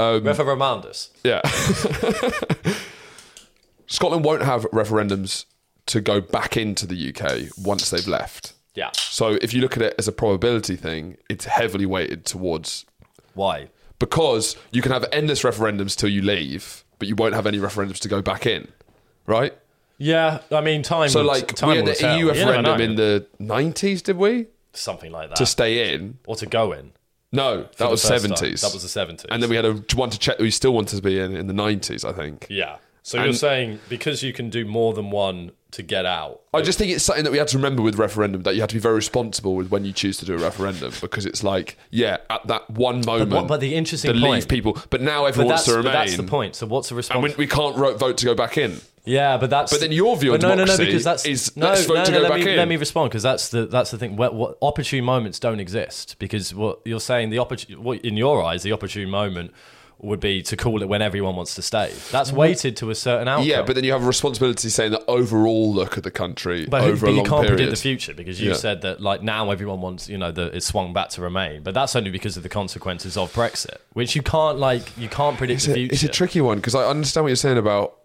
Speaker 2: Um,
Speaker 3: referendums.
Speaker 2: Yeah. (laughs) Scotland won't have referendums to go back into the UK once they've left.
Speaker 3: Yeah.
Speaker 2: So if you look at it as a probability thing, it's heavily weighted towards
Speaker 3: Why?
Speaker 2: because you can have endless referendums till you leave, but you won't have any referendums to go back in, right?
Speaker 3: Yeah, I mean, time.
Speaker 2: So
Speaker 3: will-
Speaker 2: like
Speaker 3: Mm, time
Speaker 2: we had
Speaker 3: will
Speaker 2: the
Speaker 3: tell.
Speaker 2: EU
Speaker 3: You never
Speaker 2: referendum
Speaker 3: know.
Speaker 2: in the 90s, did we?
Speaker 3: something like that,
Speaker 2: To stay in.
Speaker 3: or to go in.
Speaker 2: No, that was
Speaker 3: The first time.
Speaker 2: seventies.
Speaker 3: That was the seventies.
Speaker 2: and then we had a one to check. We still wanted to be in in the nineties, I think.
Speaker 3: yeah. So you're
Speaker 2: And-
Speaker 3: saying because you can do more than one to get out.
Speaker 2: I just think it's something that we had to remember with referendum that you have to be very responsible with when you choose to do a referendum because it's like, yeah, at that one moment,
Speaker 3: but the interesting
Speaker 2: the
Speaker 3: point-
Speaker 2: leave people, but now
Speaker 3: But
Speaker 2: everyone
Speaker 3: that's,
Speaker 2: wants to
Speaker 3: but
Speaker 2: remain.
Speaker 3: that's the point. So what's the response?
Speaker 2: We, we can't ro- vote to go back in.
Speaker 3: yeah, but that's.
Speaker 2: But then your view on
Speaker 3: no, no, no,
Speaker 2: democracy
Speaker 3: because that's
Speaker 2: is
Speaker 3: no,
Speaker 2: let's vote
Speaker 3: no,
Speaker 2: to
Speaker 3: no,
Speaker 2: go
Speaker 3: let
Speaker 2: back
Speaker 3: me,
Speaker 2: in.
Speaker 3: Let me respond because that's the that's the thing. What, what opportune moments don't exist because what you're saying the opportune what in your eyes the opportune moment would be to call it when everyone wants to stay. That's weighted to a certain outcome.
Speaker 2: Mm-hmm. Yeah, but then you have a responsibility saying the overall look of the country
Speaker 3: But, who-
Speaker 2: over
Speaker 3: but
Speaker 2: a
Speaker 3: you
Speaker 2: long
Speaker 3: can't
Speaker 2: period.
Speaker 3: predict the future because you
Speaker 2: Yeah.
Speaker 3: said that like now everyone wants you know that it's swung back to remain, but that's only because of the consequences of Brexit, which you can't like you can't predict
Speaker 2: It's
Speaker 3: the
Speaker 2: a,
Speaker 3: future.
Speaker 2: it's a tricky one because I understand what you're saying about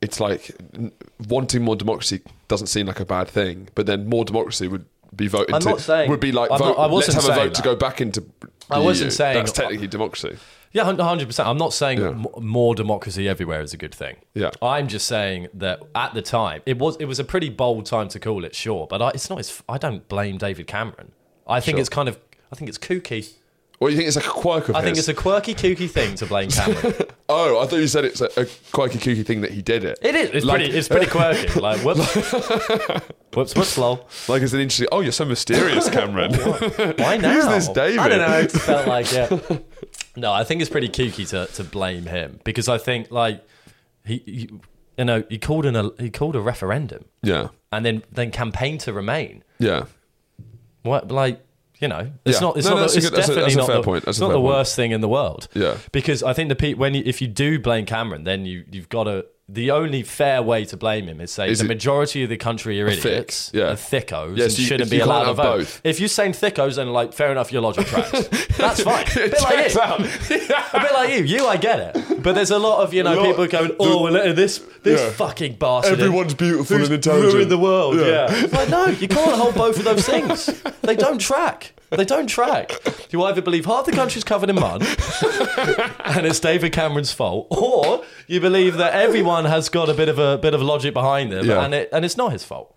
Speaker 2: it's like n- wanting more democracy doesn't seem like a bad thing, but then more democracy would be voted
Speaker 3: I'm
Speaker 2: to
Speaker 3: not saying-
Speaker 2: would be like
Speaker 3: I'm
Speaker 2: vote,
Speaker 3: not- I wasn't
Speaker 2: let's have a
Speaker 3: saying
Speaker 2: vote to
Speaker 3: that.
Speaker 2: go back into. The
Speaker 3: I wasn't
Speaker 2: EU.
Speaker 3: saying-
Speaker 2: that's technically democracy.
Speaker 3: Yeah, hun- 100%. I'm not saying
Speaker 2: Yeah.
Speaker 3: m- more democracy everywhere is a good thing.
Speaker 2: Yeah.
Speaker 3: I'm just saying that at the time, it was it was a pretty bold time to call it, sure, but I, it's not his, f- I don't blame David Cameron. I think it's kind of I think it's kooky.
Speaker 2: Or you think it's like a quirk of
Speaker 3: I
Speaker 2: his?
Speaker 3: think it's a quirky kooky thing to blame
Speaker 2: (laughs)
Speaker 3: Cameron.
Speaker 2: oh, I thought you said it's a, a quirky kooky thing that he did it.
Speaker 3: it is it's
Speaker 2: Like-
Speaker 3: pretty it's pretty quirky. Like whoops.
Speaker 2: (laughs)
Speaker 3: whoops, whoops, lol.
Speaker 2: Like it's an interesting. Oh, you're
Speaker 3: (laughs)
Speaker 2: so mysterious, Cameron.
Speaker 3: Why now?
Speaker 2: this David?
Speaker 3: I don't know. It just felt like it. No, I think it's pretty kooky to, to blame him because I think like he, he you know, he called an el- he called a referendum
Speaker 2: (laughs) Yeah.
Speaker 3: and then then campaigned to remain.
Speaker 2: Yeah.
Speaker 3: What like you know, it's
Speaker 2: Yeah.
Speaker 3: not. It's
Speaker 2: No,
Speaker 3: not.
Speaker 2: that's
Speaker 3: the-
Speaker 2: a
Speaker 3: it's
Speaker 2: good- that's a-
Speaker 3: definitely
Speaker 2: that's a
Speaker 3: not
Speaker 2: fair
Speaker 3: the,
Speaker 2: point. That's
Speaker 3: it's
Speaker 2: a
Speaker 3: not
Speaker 2: fair
Speaker 3: the
Speaker 2: point.
Speaker 3: worst thing in the world.
Speaker 2: Yeah.
Speaker 3: Because I think the pe- when you, if you do blame Cameron, then you you've got to. The only fair way to blame him is say
Speaker 2: Is
Speaker 3: the
Speaker 2: it-
Speaker 3: majority of the country are
Speaker 2: thick,
Speaker 3: idiots,
Speaker 2: yeah.
Speaker 3: are thickos,
Speaker 2: Yeah,
Speaker 3: and
Speaker 2: so you-
Speaker 3: shouldn't be
Speaker 2: you can't
Speaker 3: allowed to
Speaker 2: have
Speaker 3: vote.
Speaker 2: both.
Speaker 3: If you're saying thickos, then like fair enough, your logic
Speaker 2: (laughs)
Speaker 3: tracks. That's fine. A bit like
Speaker 2: checks
Speaker 3: you. (laughs)
Speaker 2: out.
Speaker 3: a bit like you. You, I get it. But there's a lot of you know
Speaker 2: lot-
Speaker 3: people going, oh, well, look at this this
Speaker 2: Yeah.
Speaker 3: fucking bastard.
Speaker 2: Everyone's beautiful
Speaker 3: who's
Speaker 2: and intelligent.
Speaker 3: ruined the world.
Speaker 2: Yeah.
Speaker 3: Yeah. It's like, no, you can't hold both of those things. They don't track. They don't track. You either believe half the country's covered in mud (laughs) and it's David Cameron's fault, or you believe that everyone has got a bit of a bit of logic behind them
Speaker 2: Yeah.
Speaker 3: and it and it's not his fault.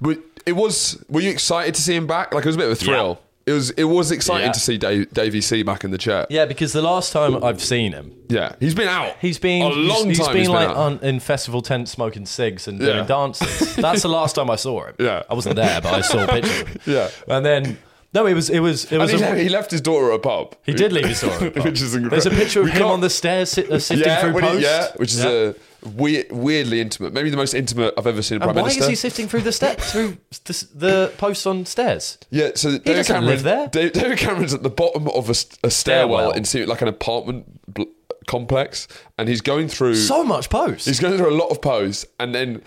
Speaker 2: But it was. Were you excited to see him back? Like it was a bit of a thrill. It was. It was exciting
Speaker 3: Yeah.
Speaker 2: to see Dave, Davey C back in the chair.
Speaker 3: Yeah, because the last time I've seen him,
Speaker 2: Yeah. He's been out.
Speaker 3: He's been
Speaker 2: a long
Speaker 3: he's,
Speaker 2: time.
Speaker 3: He's been like
Speaker 2: out.
Speaker 3: on, in festival tents smoking cigs and
Speaker 2: Yeah.
Speaker 3: doing dances. That's the last time I saw him.
Speaker 2: (laughs) Yeah.
Speaker 3: I wasn't there, but I saw a picture of him.
Speaker 2: (laughs) Yeah.
Speaker 3: and then no, it was it was it
Speaker 2: and
Speaker 3: was.
Speaker 2: he,
Speaker 3: a-
Speaker 2: left, he left his daughter at a pub.
Speaker 3: he did leave his door. open.
Speaker 2: (laughs) Which is incredible.
Speaker 3: There's a picture of
Speaker 2: We
Speaker 3: him
Speaker 2: can't-
Speaker 3: on the stairs sit, uh, sifting
Speaker 2: Yeah,
Speaker 3: through
Speaker 2: when he-
Speaker 3: posts.
Speaker 2: yeah, which is
Speaker 3: Yeah.
Speaker 2: a weird, weirdly intimate, maybe the most intimate I've ever seen a
Speaker 3: And
Speaker 2: prime
Speaker 3: why
Speaker 2: minister.
Speaker 3: is he sifting through the steps through the, the posts on stairs?
Speaker 2: Yeah, so David
Speaker 3: doesn't
Speaker 2: Cameron,
Speaker 3: live there.
Speaker 2: Da- David Cameron's at the bottom of a, st- a stairwell,
Speaker 3: Stairwell.
Speaker 2: in in like an apartment bl- complex, and he's going through.
Speaker 3: So much posts.
Speaker 2: he's going through a lot of posts, and then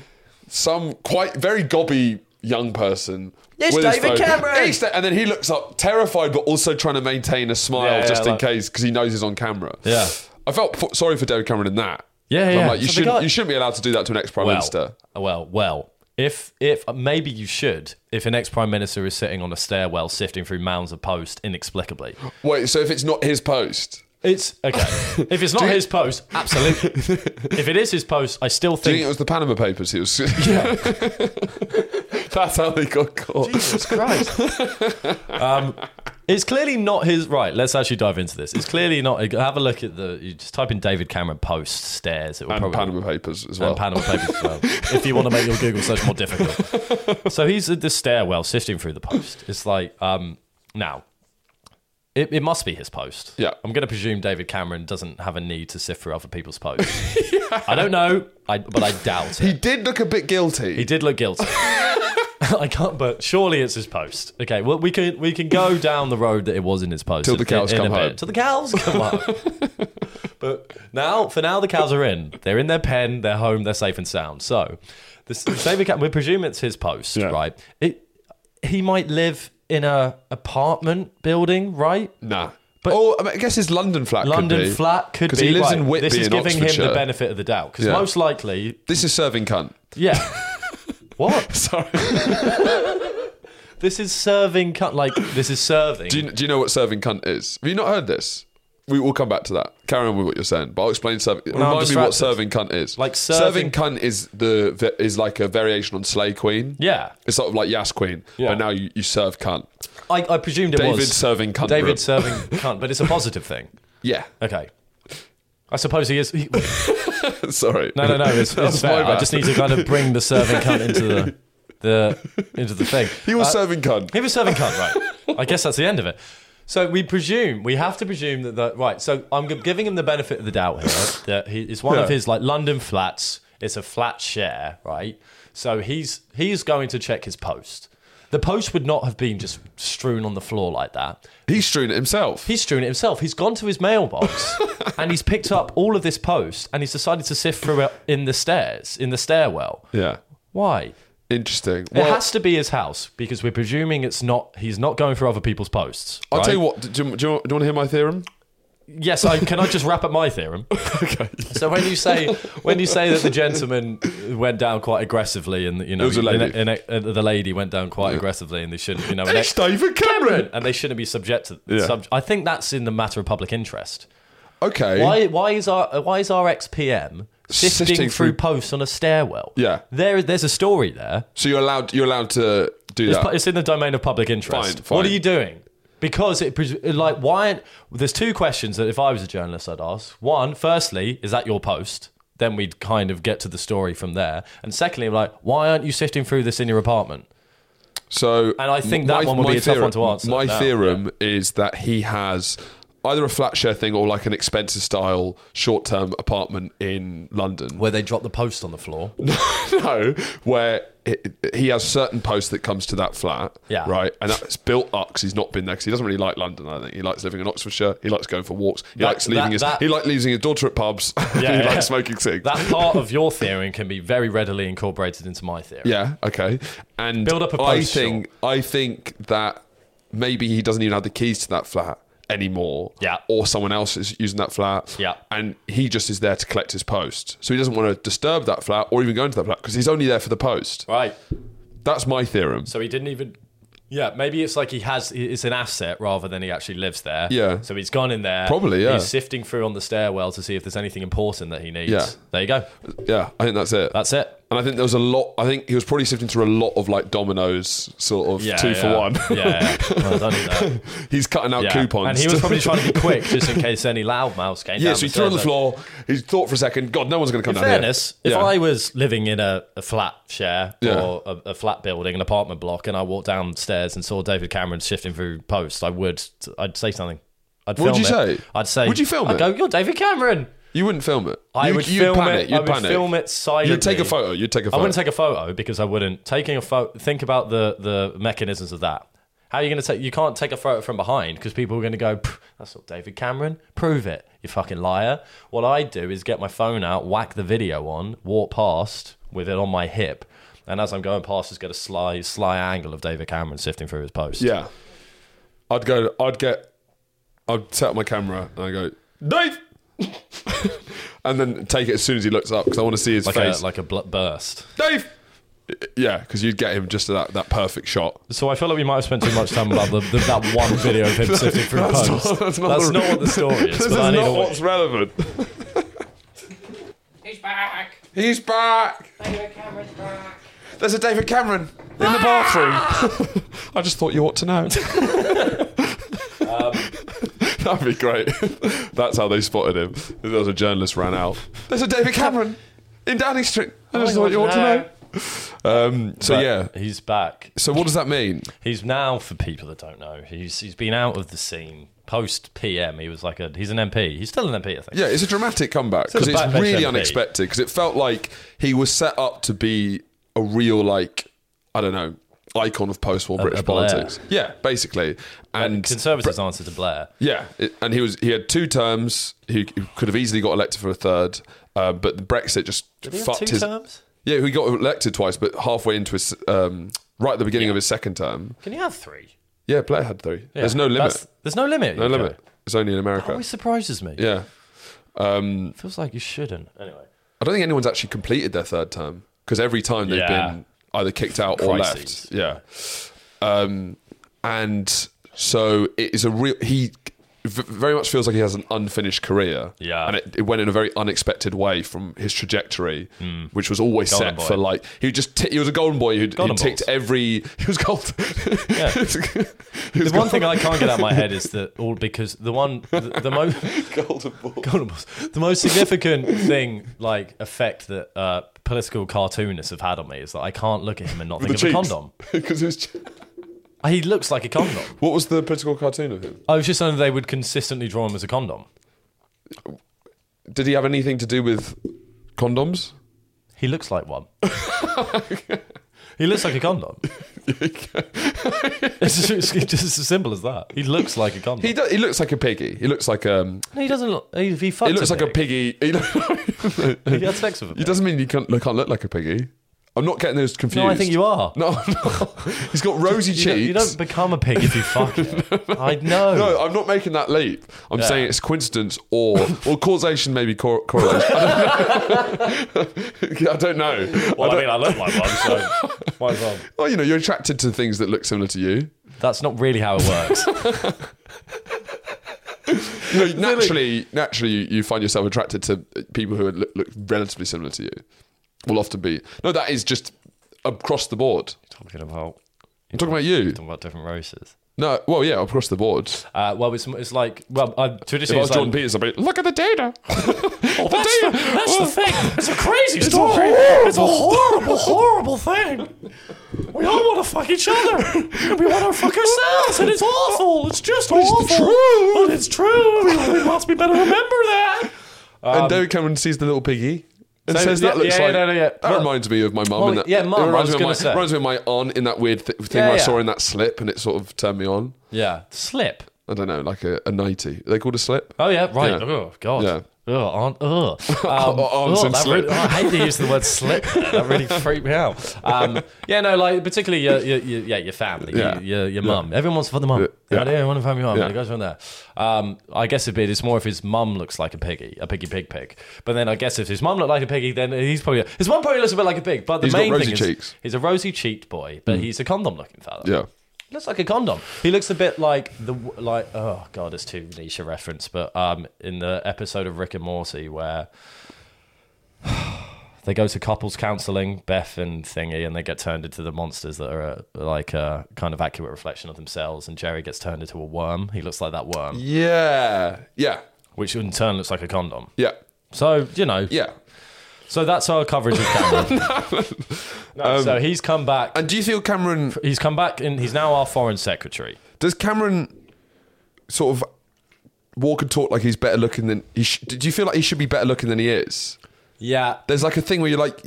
Speaker 2: some quite very gobby young person.
Speaker 3: It's
Speaker 2: with his
Speaker 3: David
Speaker 2: phone-
Speaker 3: Cameron!
Speaker 2: It's Da- and then he looks up, terrified, but also trying to maintain a smile
Speaker 3: Yeah, yeah,
Speaker 2: just in
Speaker 3: like-
Speaker 2: case because he knows he's on camera.
Speaker 3: Yeah.
Speaker 2: I felt f- sorry for David Cameron in that.
Speaker 3: Yeah,
Speaker 2: I'm
Speaker 3: yeah.
Speaker 2: like, you
Speaker 3: So the
Speaker 2: shouldn't,
Speaker 3: guy-
Speaker 2: you shouldn't be allowed to do that to an ex prime minister.
Speaker 3: Well, well, if if uh, maybe you should, if an ex prime minister is sitting on a stairwell sifting through mounds of posts inexplicably.
Speaker 2: Wait, so if it's not his post,
Speaker 3: It's
Speaker 2: (laughs)
Speaker 3: okay. If it's not his post, absolutely. if it is his post, I still
Speaker 2: do you think
Speaker 3: think.
Speaker 2: it was the Panama Papers? He was. (laughs) That's how they got caught.
Speaker 3: Jesus Christ. (laughs) um, it's clearly not his. Right, let's actually dive into this. It's clearly not. Have a look at the. You just type in David Cameron post stairs. It will
Speaker 2: And
Speaker 3: probably.
Speaker 2: Panama Papers as well.
Speaker 3: and Panama Papers as well. if you want to make your Google search more difficult. So he's at the stairwell sifting through the post. It's like, um, now, it, it must be his post.
Speaker 2: Yeah.
Speaker 3: I'm going to presume David Cameron doesn't have a need to sift through other people's posts. I don't know, I, but I doubt it.
Speaker 2: he did look a bit guilty.
Speaker 3: He did look guilty. (laughs) I can't, but surely it's his post. Okay, well we can we can go down the road that it was in his post
Speaker 2: Till the
Speaker 3: in-
Speaker 2: cows
Speaker 3: in a
Speaker 2: come
Speaker 3: bit.
Speaker 2: home.
Speaker 3: Till the cows come home.
Speaker 2: (laughs)
Speaker 3: but now, for now, the cows are in. They're in their pen. They're home. They're safe and sound. So, this David, Cam- we presume it's his post, right? It he might live in a apartment building, right?
Speaker 2: Nah.
Speaker 3: But-
Speaker 2: oh, I, mean, I guess his London flat. could
Speaker 3: London
Speaker 2: be.
Speaker 3: flat could
Speaker 2: 'Cause
Speaker 3: be
Speaker 2: he lives
Speaker 3: right,
Speaker 2: in Whitby
Speaker 3: This is
Speaker 2: in
Speaker 3: giving him the
Speaker 2: Oxfordshire.
Speaker 3: benefit of the doubt because
Speaker 2: Yeah.
Speaker 3: most likely,
Speaker 2: This is
Speaker 3: (laughs)
Speaker 2: serving cunt.
Speaker 3: yeah.
Speaker 2: (laughs)
Speaker 3: what?
Speaker 2: Sorry.
Speaker 3: This is serving cut like this is serving.
Speaker 2: do, you, do you know what serving cunt is? Have you not heard this? We will come back to that. Carry on with what you're saying, but I'll explain serving.
Speaker 3: I'm
Speaker 2: remind me what
Speaker 3: distracted.
Speaker 2: serving cunt is.
Speaker 3: Like serving-
Speaker 2: serving cunt is the is like a variation on slay queen.
Speaker 3: yeah,
Speaker 2: It's sort of like Yas Queen,
Speaker 3: Yeah.
Speaker 2: but now you, you serve cunt.
Speaker 3: I, I presumed it
Speaker 2: David
Speaker 3: was
Speaker 2: serving cunt.
Speaker 3: David
Speaker 2: David
Speaker 3: serving cunt, but it's a positive thing.
Speaker 2: yeah. (laughs)
Speaker 3: Okay, I suppose he is. He,
Speaker 2: Sorry.
Speaker 3: no, no, no. It's,
Speaker 2: That's
Speaker 3: it's fair.
Speaker 2: my bad.
Speaker 3: I just need to kind of bring the serving cunt into the the into the thing. Uh,
Speaker 2: (laughs) He was serving cunt.
Speaker 3: He was serving cunt, right? I guess that's the end of it. So we presume we have to presume that the right. So I'm g- giving him the benefit of the doubt here that he it's one of
Speaker 2: Yeah.
Speaker 3: his like London flats. It's a flat share, right? So he's he's going to check his post. The post would not have been just strewn on the floor like that.
Speaker 2: He's strewn it himself.
Speaker 3: He's strewn it himself. He's gone to his mailbox and he's picked up all of this post and he's decided to sift through it in the stairs, in the stairwell.
Speaker 2: yeah.
Speaker 3: Why?
Speaker 2: Interesting.
Speaker 3: It
Speaker 2: Well,
Speaker 3: has to be his house because we're presuming it's not. He's not going for other people's posts.
Speaker 2: I'll
Speaker 3: right?
Speaker 2: tell you what. Do, do, you- do you want to hear my theorem?
Speaker 3: Yes, I, can I just wrap up my
Speaker 2: (laughs)
Speaker 3: theorem? okay. So when you say when you say that the gentleman went down quite aggressively, and you know,
Speaker 2: was a lady.
Speaker 3: and- and- uh, the lady went down quite aggressively, and they shouldn't, you know, an
Speaker 2: It's
Speaker 3: ex-
Speaker 2: David Cameron.
Speaker 3: and they shouldn't be subjected.
Speaker 2: Yeah.
Speaker 3: sub- I think that's in the matter of public interest.
Speaker 2: Okay.
Speaker 3: Why, why is our uh, why is our XPM sifting, through,
Speaker 2: Sifting through-
Speaker 3: posts on a stairwell?
Speaker 2: Yeah.
Speaker 3: there there's a story there.
Speaker 2: So you're allowed. You're allowed to do
Speaker 3: It's,
Speaker 2: that.
Speaker 3: pu- it's in the domain of public interest.
Speaker 2: Fine, fine.
Speaker 3: What are you doing? Because it pres- like why? There's two questions that if I was a journalist, I'd ask. One, firstly, is that your post? Then we'd kind of get to the story from there. And secondly, like, why aren't you sifting through this in your apartment?
Speaker 2: So,
Speaker 3: And I think that one would be a tough one to answer
Speaker 2: My
Speaker 3: now,
Speaker 2: theorem is that he has either a flat share thing or like an expensive style short term apartment in
Speaker 3: (laughs)
Speaker 2: London.
Speaker 3: Where they drop the post on the floor.
Speaker 2: (laughs) no, where it, it- he has certain posts that comes to that flat,
Speaker 3: Yeah.
Speaker 2: right, and that's built up because he's not been there because he doesn't really like London. I think he likes living in Oxfordshire. He likes going for walks. He
Speaker 3: That-
Speaker 2: likes leaving
Speaker 3: that-
Speaker 2: his
Speaker 3: that-
Speaker 2: he likes leaving his daughter at pubs. (laughs)
Speaker 3: Yeah,
Speaker 2: he
Speaker 3: yeah.
Speaker 2: likes smoking cigs.
Speaker 3: That part of your theory can be very readily incorporated into my theory.
Speaker 2: yeah, okay. And
Speaker 3: Build up a
Speaker 2: I
Speaker 3: post
Speaker 2: think I think that maybe he doesn't even have the keys to that flat anymore.
Speaker 3: Yeah.
Speaker 2: Or someone else is using that flat.
Speaker 3: Yeah.
Speaker 2: And he just is there to collect his post. So he doesn't want to disturb that flat or even go into that flat because he's only there for the post.
Speaker 3: Right.
Speaker 2: That's my theorem.
Speaker 3: So he didn't even. Yeah, maybe it's like he has. It's an asset rather than he actually lives there.
Speaker 2: Yeah.
Speaker 3: So he's gone in there.
Speaker 2: Probably, yeah.
Speaker 3: He's sifting through on the stairwell to see if there's anything important that he needs.
Speaker 2: Yeah.
Speaker 3: There you go.
Speaker 2: Yeah, I think that's it.
Speaker 3: That's it.
Speaker 2: and I think there was a lot. I think he was probably sifting through a lot of like dominoes, sort of
Speaker 3: Yeah.
Speaker 2: two
Speaker 3: yeah.
Speaker 2: for one.
Speaker 3: yeah. yeah. Well, I don't need that.
Speaker 2: (laughs) He's cutting out
Speaker 3: Yeah.
Speaker 2: coupons.
Speaker 3: And he was
Speaker 2: to-
Speaker 3: probably trying to be quick just in case any loudmouths came
Speaker 2: (laughs) yeah,
Speaker 3: down
Speaker 2: so he
Speaker 3: the
Speaker 2: threw on the
Speaker 3: stairwell.
Speaker 2: floor. He thought for a second, God, no one's going to come down
Speaker 3: fairness,
Speaker 2: here.
Speaker 3: if
Speaker 2: Yeah.
Speaker 3: I was living in a, a flat share
Speaker 2: Yeah.
Speaker 3: or a, a flat building, an apartment block, and I walked downstairs and saw David Cameron shifting through posts, I would, I'd say something. I'd
Speaker 2: What would
Speaker 3: film
Speaker 2: you
Speaker 3: it.
Speaker 2: say?
Speaker 3: I'd say,
Speaker 2: Would you film
Speaker 3: I'd
Speaker 2: it?
Speaker 3: go, you're David Cameron.
Speaker 2: you wouldn't film it.
Speaker 3: I
Speaker 2: you,
Speaker 3: would
Speaker 2: you'd
Speaker 3: film
Speaker 2: panic.
Speaker 3: it.
Speaker 2: You'd
Speaker 3: I would
Speaker 2: panic.
Speaker 3: film it silently.
Speaker 2: You'd take a photo. You'd take a
Speaker 3: I
Speaker 2: photo.
Speaker 3: wouldn't take a photo because I wouldn't taking a photo. Think about the the mechanisms of that. How are you going to take? You can't take a photo from behind because people are going to go. "Pff, That's not David Cameron. Prove it, you fucking liar. What I do is get my phone out, whack the video on, walk past with it on my hip, and as I'm going past, just get a sly sly angle of David Cameron sifting through his post.
Speaker 2: yeah, I'd go. I'd get. I'd set up my camera and I go, Dave, (laughs) and then take it as soon as he looks up because I want to see his
Speaker 3: like a,
Speaker 2: face.
Speaker 3: like a bl- burst.
Speaker 2: Dave. Yeah, because you'd get him just to that, that perfect shot.
Speaker 3: So I feel like we might have spent too much time about the, the, that one video of
Speaker 2: (laughs)
Speaker 3: him sifting through posts.
Speaker 2: not- that's not the-
Speaker 3: what the story is.
Speaker 2: (laughs) This
Speaker 3: but I
Speaker 2: is
Speaker 3: need
Speaker 2: not
Speaker 3: to watch-
Speaker 2: what's relevant.
Speaker 4: He's back.
Speaker 2: He's back.
Speaker 4: David Cameron's back.
Speaker 2: There's a David Cameron in the bathroom. (laughs) I just thought you ought to know. That'd be great. That's how they spotted him. There was a journalist ran out. There's a David Cameron in Downing Street. I just thought you ought to know. Um, so
Speaker 3: But
Speaker 2: yeah.
Speaker 3: he's back.
Speaker 2: So what does that mean?
Speaker 3: He's now, for people that don't know, he's he's been out of the scene post PM. He was like a he's an MP. He's still an MP, I think.
Speaker 2: Yeah, it's a dramatic comeback
Speaker 3: a
Speaker 2: because it's
Speaker 3: backbench
Speaker 2: really
Speaker 3: MP.
Speaker 2: unexpected because it felt like he was set up to be a real like I don't know icon of post-war British
Speaker 3: Blair.
Speaker 2: politics. Yeah, basically, and
Speaker 3: Conservatives' answer to Blair.
Speaker 2: yeah, it- and he was he had two terms. He he could have easily got elected for a third, uh, but the Brexit just
Speaker 3: He had
Speaker 2: fucked
Speaker 3: two
Speaker 2: his.
Speaker 3: terms.
Speaker 2: Yeah, he got elected twice, but halfway into his um, right at the beginning of his second term.
Speaker 3: Can you have three?
Speaker 2: Yeah, Blair had three. There's
Speaker 3: Yeah,
Speaker 2: no limit.
Speaker 3: that's- There's no limit.
Speaker 2: no limit. It's only in America.
Speaker 3: Always surprises me.
Speaker 2: yeah. Um,
Speaker 3: It feels like you shouldn't. Anyway,
Speaker 2: I don't think anyone's actually completed their third term because every time they've
Speaker 3: Yeah.
Speaker 2: been either kicked out
Speaker 3: Crises.
Speaker 2: or left. Yeah. Um, and so it is a real. He v- very much feels like he has an unfinished career.
Speaker 3: Yeah.
Speaker 2: And it, it went in a very unexpected way from his trajectory, which was always
Speaker 3: Hmm. Golden
Speaker 2: set
Speaker 3: boy.
Speaker 2: for like. He just t- he was a golden boy who
Speaker 3: Golden
Speaker 2: ticked
Speaker 3: balls.
Speaker 2: every. He was (laughs) gold. he was
Speaker 3: the one
Speaker 2: gold-
Speaker 3: thing I can't get out of my head is that all because the one the, the (laughs) most
Speaker 2: (laughs) golden ball.
Speaker 3: Golden Balls. The most significant thing, like effect that uh, political cartoonists have had on me is that I can't look at him and not think of a
Speaker 2: (laughs)
Speaker 3: condom.
Speaker 2: Because it was. che-
Speaker 3: He looks like a condom.
Speaker 2: What was the political cartoon of him?
Speaker 3: I was just saying they would consistently draw him as a condom.
Speaker 2: Did he have anything to do with condoms?
Speaker 3: He looks like (laughs) one. he looks like a (laughs) condom. it's, just, it's just as simple as that. He looks like a condom.
Speaker 2: He, do, he looks like a piggy. He looks like um.
Speaker 3: no, he doesn't look. He, he fucked
Speaker 2: He looks
Speaker 3: a
Speaker 2: like a
Speaker 3: pig.
Speaker 2: piggy. He, lo-
Speaker 3: He had sex with a
Speaker 2: (laughs) he
Speaker 3: pig.
Speaker 2: doesn't mean he can't, look- can't look like a piggy. I'm not getting those confused.
Speaker 3: No, I think you are.
Speaker 2: (laughs) No, I'm not. he's got rosy
Speaker 3: you,
Speaker 2: cheeks.
Speaker 3: don't, you don't become a pig if you fuck
Speaker 2: (laughs)
Speaker 3: it. I know.
Speaker 2: No, I'm not making that leap. I'm saying it's coincidence or or causation, maybe cor- correlation. I don't know. (laughs) I don't know.
Speaker 3: well, I, mean, I look like one,
Speaker 2: (laughs)
Speaker 3: so might as well.
Speaker 2: Well, you know, you're attracted to things that look similar to you.
Speaker 3: That's not really how it works.
Speaker 2: You know, naturally, naturally, you, you find yourself attracted to people who look, look relatively similar to you. Will often be no. That is just across the board.
Speaker 3: talking about
Speaker 2: I'm talking about you.
Speaker 3: talking about different races.
Speaker 2: No, well, yeah, across the board.
Speaker 3: Uh, well, it's, it's like well, uh,
Speaker 2: If I
Speaker 3: traditionally
Speaker 2: was
Speaker 3: it's
Speaker 2: Jordan
Speaker 3: like,
Speaker 2: Peters, I'd be look at the data.
Speaker 3: Oh, that's
Speaker 2: data.
Speaker 3: the, that's the thing. It's a crazy
Speaker 2: a
Speaker 3: story.
Speaker 2: horrible-
Speaker 3: It's a horrible, horrible thing. We all want to fuck each other. We want to fuck ourselves, and it's awful. It's just awful.
Speaker 2: true.
Speaker 3: But it's true. We, we must be better remember that.
Speaker 2: and David Cameron sees the little piggy and
Speaker 3: so-
Speaker 2: says, "That
Speaker 3: yeah,
Speaker 2: looks
Speaker 3: yeah,
Speaker 2: like
Speaker 3: no, no, yeah.
Speaker 2: that
Speaker 3: Well-
Speaker 2: reminds me of my mum."
Speaker 3: Well,
Speaker 2: and that,
Speaker 3: yeah, mum,
Speaker 2: It
Speaker 3: I was
Speaker 2: reminds, me of my,
Speaker 3: gonna say.
Speaker 2: reminds me of my aunt in that weird th- thing
Speaker 3: Yeah,
Speaker 2: I
Speaker 3: yeah.
Speaker 2: saw in that slip, and it sort of turned me on.
Speaker 3: Yeah, slip.
Speaker 2: I don't know, like a, a nighty. Are they called a slip?
Speaker 3: Oh yeah, right.
Speaker 2: Yeah.
Speaker 3: Oh god.
Speaker 2: Yeah.
Speaker 3: Oh, aunt, oh.
Speaker 2: (laughs)
Speaker 3: Um,
Speaker 2: Arms
Speaker 3: oh,
Speaker 2: and
Speaker 3: that
Speaker 2: slip.
Speaker 3: really- I hate to use the word slip. That
Speaker 2: (laughs)
Speaker 3: really freaked me out. Um, yeah, no, like particularly your, your, your yeah your family,
Speaker 2: Yeah.
Speaker 3: your your, your mum. Everyone wants to fuck the mum.
Speaker 2: Yeah.
Speaker 3: Yeah. Yeah. Everyone wants to fuck your mum.
Speaker 2: Yeah.
Speaker 3: It goes from there. Um, I guess a bit. It's more if his mum looks like a piggy, a piggy pig pig. But then I guess if his mum looked like a piggy, then he's probably his mum probably looks a bit like a pig. But the
Speaker 2: He's got
Speaker 3: main
Speaker 2: rosy
Speaker 3: thing
Speaker 2: cheeks.
Speaker 3: is
Speaker 2: Mm.
Speaker 3: he's a rosy cheeked boy, but he's a condom looking fella.
Speaker 2: Yeah.
Speaker 3: He looks like a condom. He looks a bit like the like oh god, it's too niche a reference, but um, in the episode of Rick and Morty where (sighs) they go to couples counseling, Beth and Thingy, and they get turned into the monsters that are uh like a kind of accurate reflection of themselves. And Jerry gets turned into a worm. He looks like that worm,
Speaker 2: Yeah, yeah,
Speaker 3: which in turn looks like a condom.
Speaker 2: yeah,
Speaker 3: So you know,
Speaker 2: yeah.
Speaker 3: so that's our coverage of Cameron. No, so he's come back.
Speaker 2: And do you feel Cameron
Speaker 3: He's come back, and he's now our foreign secretary.
Speaker 2: Does Cameron sort of walk and talk like he's better looking than he? Sh- do you feel like he should be better looking than he is?
Speaker 3: Yeah,
Speaker 2: There's like a thing where you're like,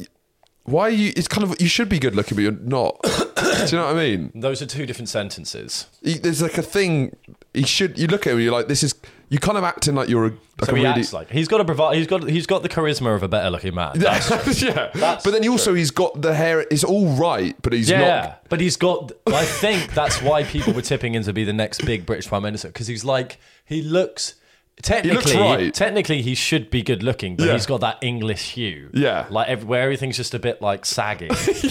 Speaker 2: why are you? It's kind of you should be good looking, but you're not. (coughs) do you know what I mean?
Speaker 3: those are two different sentences.
Speaker 2: He, there's like a thing he should. You look at him, you're like, this is you kind of acting like you're a. Like
Speaker 3: So
Speaker 2: a
Speaker 3: he
Speaker 2: really,
Speaker 3: acts
Speaker 2: (laughs)
Speaker 3: like he's got to provide. He's got he's got the charisma of a better looking man.
Speaker 2: yeah, but then he also he's got the hair. It's all right, but he's
Speaker 3: yeah,
Speaker 2: not.
Speaker 3: but he's got. I think that's why people were tipping him to be the next big British prime minister because he's like he looks. Technically,
Speaker 2: right.
Speaker 3: technically, he should be good looking, but
Speaker 2: Yeah.
Speaker 3: he's got that English hue.
Speaker 2: Yeah.
Speaker 3: like ev- where everything's just a bit like
Speaker 2: (laughs)
Speaker 3: sagging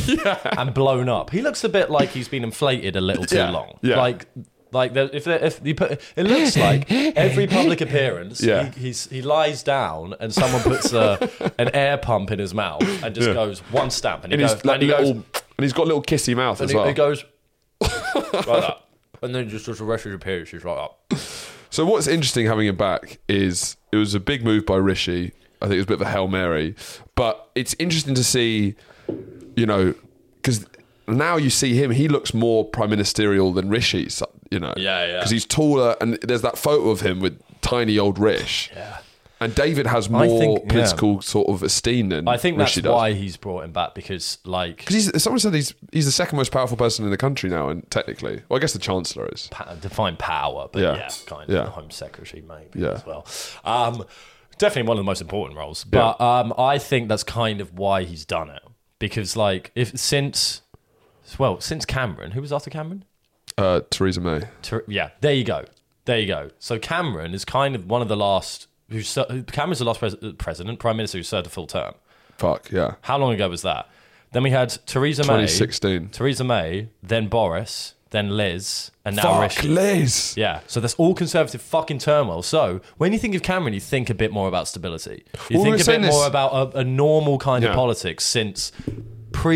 Speaker 3: and blown up. He looks a bit like he's been inflated a little too
Speaker 2: Yeah.
Speaker 3: long.
Speaker 2: Yeah.
Speaker 3: like like there- if there- if you put, it looks like every public appearance,
Speaker 2: Yeah.
Speaker 3: he, he's, he lies down and someone puts
Speaker 2: (laughs)
Speaker 3: a, an air pump in his mouth and just goes one stamp, and he
Speaker 2: And
Speaker 3: goes,
Speaker 2: he's
Speaker 3: and
Speaker 2: like
Speaker 3: he goes,
Speaker 2: little, and he's got a little kissy mouth
Speaker 3: and
Speaker 2: as
Speaker 3: he,
Speaker 2: well.
Speaker 3: he goes (laughs) like that. And then just, just the rest of your period, she's like "Oh." that.
Speaker 2: So what's interesting having him back is it was a big move by Rishi. I think it was a bit of a hail mary, but it's interesting to see, you know, because now you see him. He looks more prime ministerial than Rishi. so- You know,
Speaker 3: Yeah, yeah.
Speaker 2: because he's taller, and there's that photo of him with tiny old Rish. Yeah. And David has more
Speaker 3: think- yeah.
Speaker 2: political sort of esteem than
Speaker 3: I think that's
Speaker 2: Rishi does.
Speaker 3: why he's brought him back because, like,
Speaker 2: Because he's, someone said he's he's the second most powerful person in the country now, and technically, well, I guess the chancellor is.
Speaker 3: pa- define power, but
Speaker 2: Yeah.
Speaker 3: yeah, kind of
Speaker 2: Yeah.
Speaker 3: the Home Secretary maybe
Speaker 2: Yeah.
Speaker 3: as well. Um, definitely one of the most important roles, but um, I think that's kind of why he's done it because, like, if since well, since Cameron, who was after Cameron?
Speaker 2: Uh, Theresa May.
Speaker 3: Ter- yeah, there you go, there you go. So Cameron is kind of one of the last who ser- Cameron's the last pres- president, prime minister who served a full term.
Speaker 2: Fuck yeah.
Speaker 3: How long ago was that? Then we had Theresa May,
Speaker 2: 2016.
Speaker 3: Theresa May, then Boris, then Liz, and now
Speaker 2: Fuck
Speaker 3: Rishi.
Speaker 2: Liz.
Speaker 3: Yeah, so that's all conservative fucking turmoil. So when you think of Cameron, you think a bit more about stability. You
Speaker 2: Well, we were
Speaker 3: think a
Speaker 2: saying
Speaker 3: bit
Speaker 2: this-
Speaker 3: more about a, a normal kind
Speaker 2: Yeah.
Speaker 3: of politics since pre.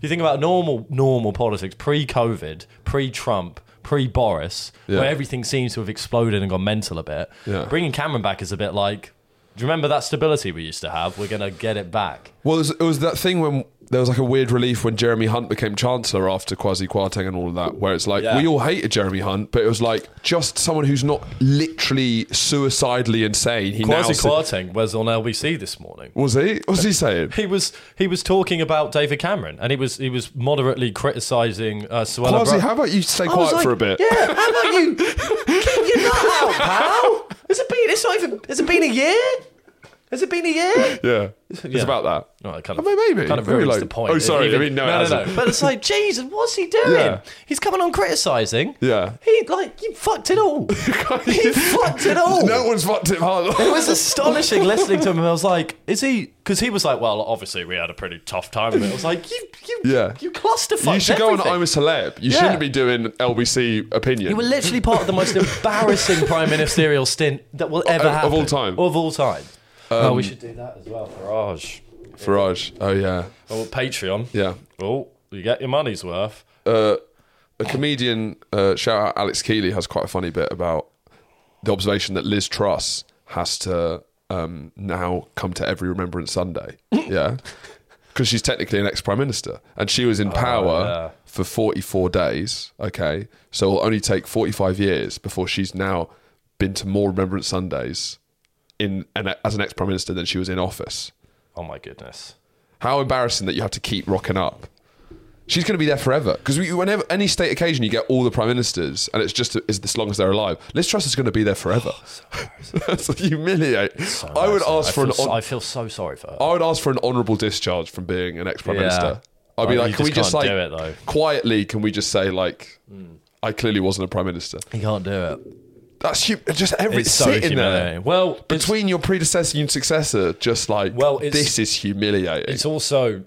Speaker 3: You think about normal normal politics pre COVID, pre Trump, pre Boris, where everything seems to have exploded and gone mental a bit.
Speaker 2: Yeah.
Speaker 3: Bringing Cameron back is a bit like. Do you remember that stability we used to have? We're gonna get it back.
Speaker 2: Well, it was, it was that thing when there was like a weird relief when Jeremy Hunt became Chancellor after Kwasi Kwarteng and all of that, where it's like
Speaker 3: Yeah.
Speaker 2: we all hated Jeremy Hunt, but it was like just someone who's not literally suicidally insane. He now
Speaker 3: Kwasi
Speaker 2: se-
Speaker 3: Kwarteng was on LBC this morning.
Speaker 2: was he? What was
Speaker 3: (laughs)
Speaker 2: he saying?
Speaker 3: He was he was talking about David Cameron, and he was he was moderately criticising uh, Suella.
Speaker 2: Kwasi,
Speaker 3: Bro-
Speaker 2: how about you stay quiet for a bit? Yeah. (laughs)
Speaker 1: You're not out, pal. Has it been? It's not even. Has it been a year? Has it been a year?
Speaker 3: (laughs)
Speaker 2: It's
Speaker 3: Yeah.
Speaker 2: about that.
Speaker 3: No, it kind
Speaker 2: I
Speaker 3: of,
Speaker 2: mean, maybe.
Speaker 3: kind of
Speaker 2: Maybe
Speaker 3: ruins
Speaker 2: like-
Speaker 3: the point.
Speaker 2: Oh, sorry.
Speaker 3: Even-
Speaker 2: I mean, no, it
Speaker 3: no, no,
Speaker 1: (laughs)
Speaker 2: hasn't.
Speaker 1: But it's like, Jesus, what's he doing?
Speaker 2: Yeah.
Speaker 3: He's coming on criticising.
Speaker 2: Yeah.
Speaker 1: He like you fucked it
Speaker 2: (laughs)
Speaker 1: all. he fucked it all.
Speaker 2: No one's fucked him (laughs)
Speaker 3: It
Speaker 2: hard.
Speaker 3: was astonishing listening to him. I was like, is he? Because he was like, well, obviously we had a pretty tough time. Of it. I was like, you, you,
Speaker 2: Yeah.
Speaker 3: you clusterfucked.
Speaker 2: You should go on
Speaker 3: everything.
Speaker 2: I'm a celeb. You
Speaker 3: Yeah.
Speaker 2: shouldn't be doing LBC opinion.
Speaker 3: You were literally part of the most embarrassing prime ministerial stint that will ever
Speaker 2: Of-
Speaker 3: happen
Speaker 2: of all time. Um,
Speaker 3: Of all time. oh, we should do that as well, Farage.
Speaker 2: Farage. Oh yeah,
Speaker 3: Oh, Patreon.
Speaker 2: yeah.
Speaker 3: Oh, you get your money's worth.
Speaker 2: a comedian, uh, shout out Alex Keeley, has quite a funny bit about the observation that Liz Truss has to um, now come to every Remembrance Sunday. Yeah. Because she's technically an ex prime minister and she was in power
Speaker 3: yeah.
Speaker 2: for 44 days. Okay. So it'll only take 45 years before she's now been to more Remembrance Sundays in an, as an ex prime minister than she was in office.
Speaker 3: Oh my goodness.
Speaker 2: How embarrassing that you have to keep rocking up. She's going to be there forever because whenever any state occasion, you get all the prime ministers, and it's just it's as long as they're alive. Liz Truss is going to be there forever.
Speaker 3: Oh,
Speaker 2: (laughs) That's humiliate. I would
Speaker 3: Honestly,
Speaker 2: ask for
Speaker 3: I
Speaker 2: an
Speaker 3: feel so-
Speaker 2: hon-
Speaker 3: I feel so sorry for her.
Speaker 2: I would ask for an honourable discharge from being an ex prime
Speaker 3: Yeah.
Speaker 2: minister. I'd be
Speaker 3: Oh,
Speaker 2: like,
Speaker 3: you
Speaker 2: can we
Speaker 3: just
Speaker 2: just
Speaker 3: can't
Speaker 2: like
Speaker 3: do it, though. Hmm.
Speaker 2: quietly? Can we just say like, I clearly wasn't a prime minister.
Speaker 3: He can't do it.
Speaker 2: That's hu- just every
Speaker 3: It's so
Speaker 2: sitting there.
Speaker 3: humiliating. Well, it's-
Speaker 2: Between your predecessor and successor, just like
Speaker 3: Well, it's-
Speaker 2: this is humiliating.
Speaker 3: It's also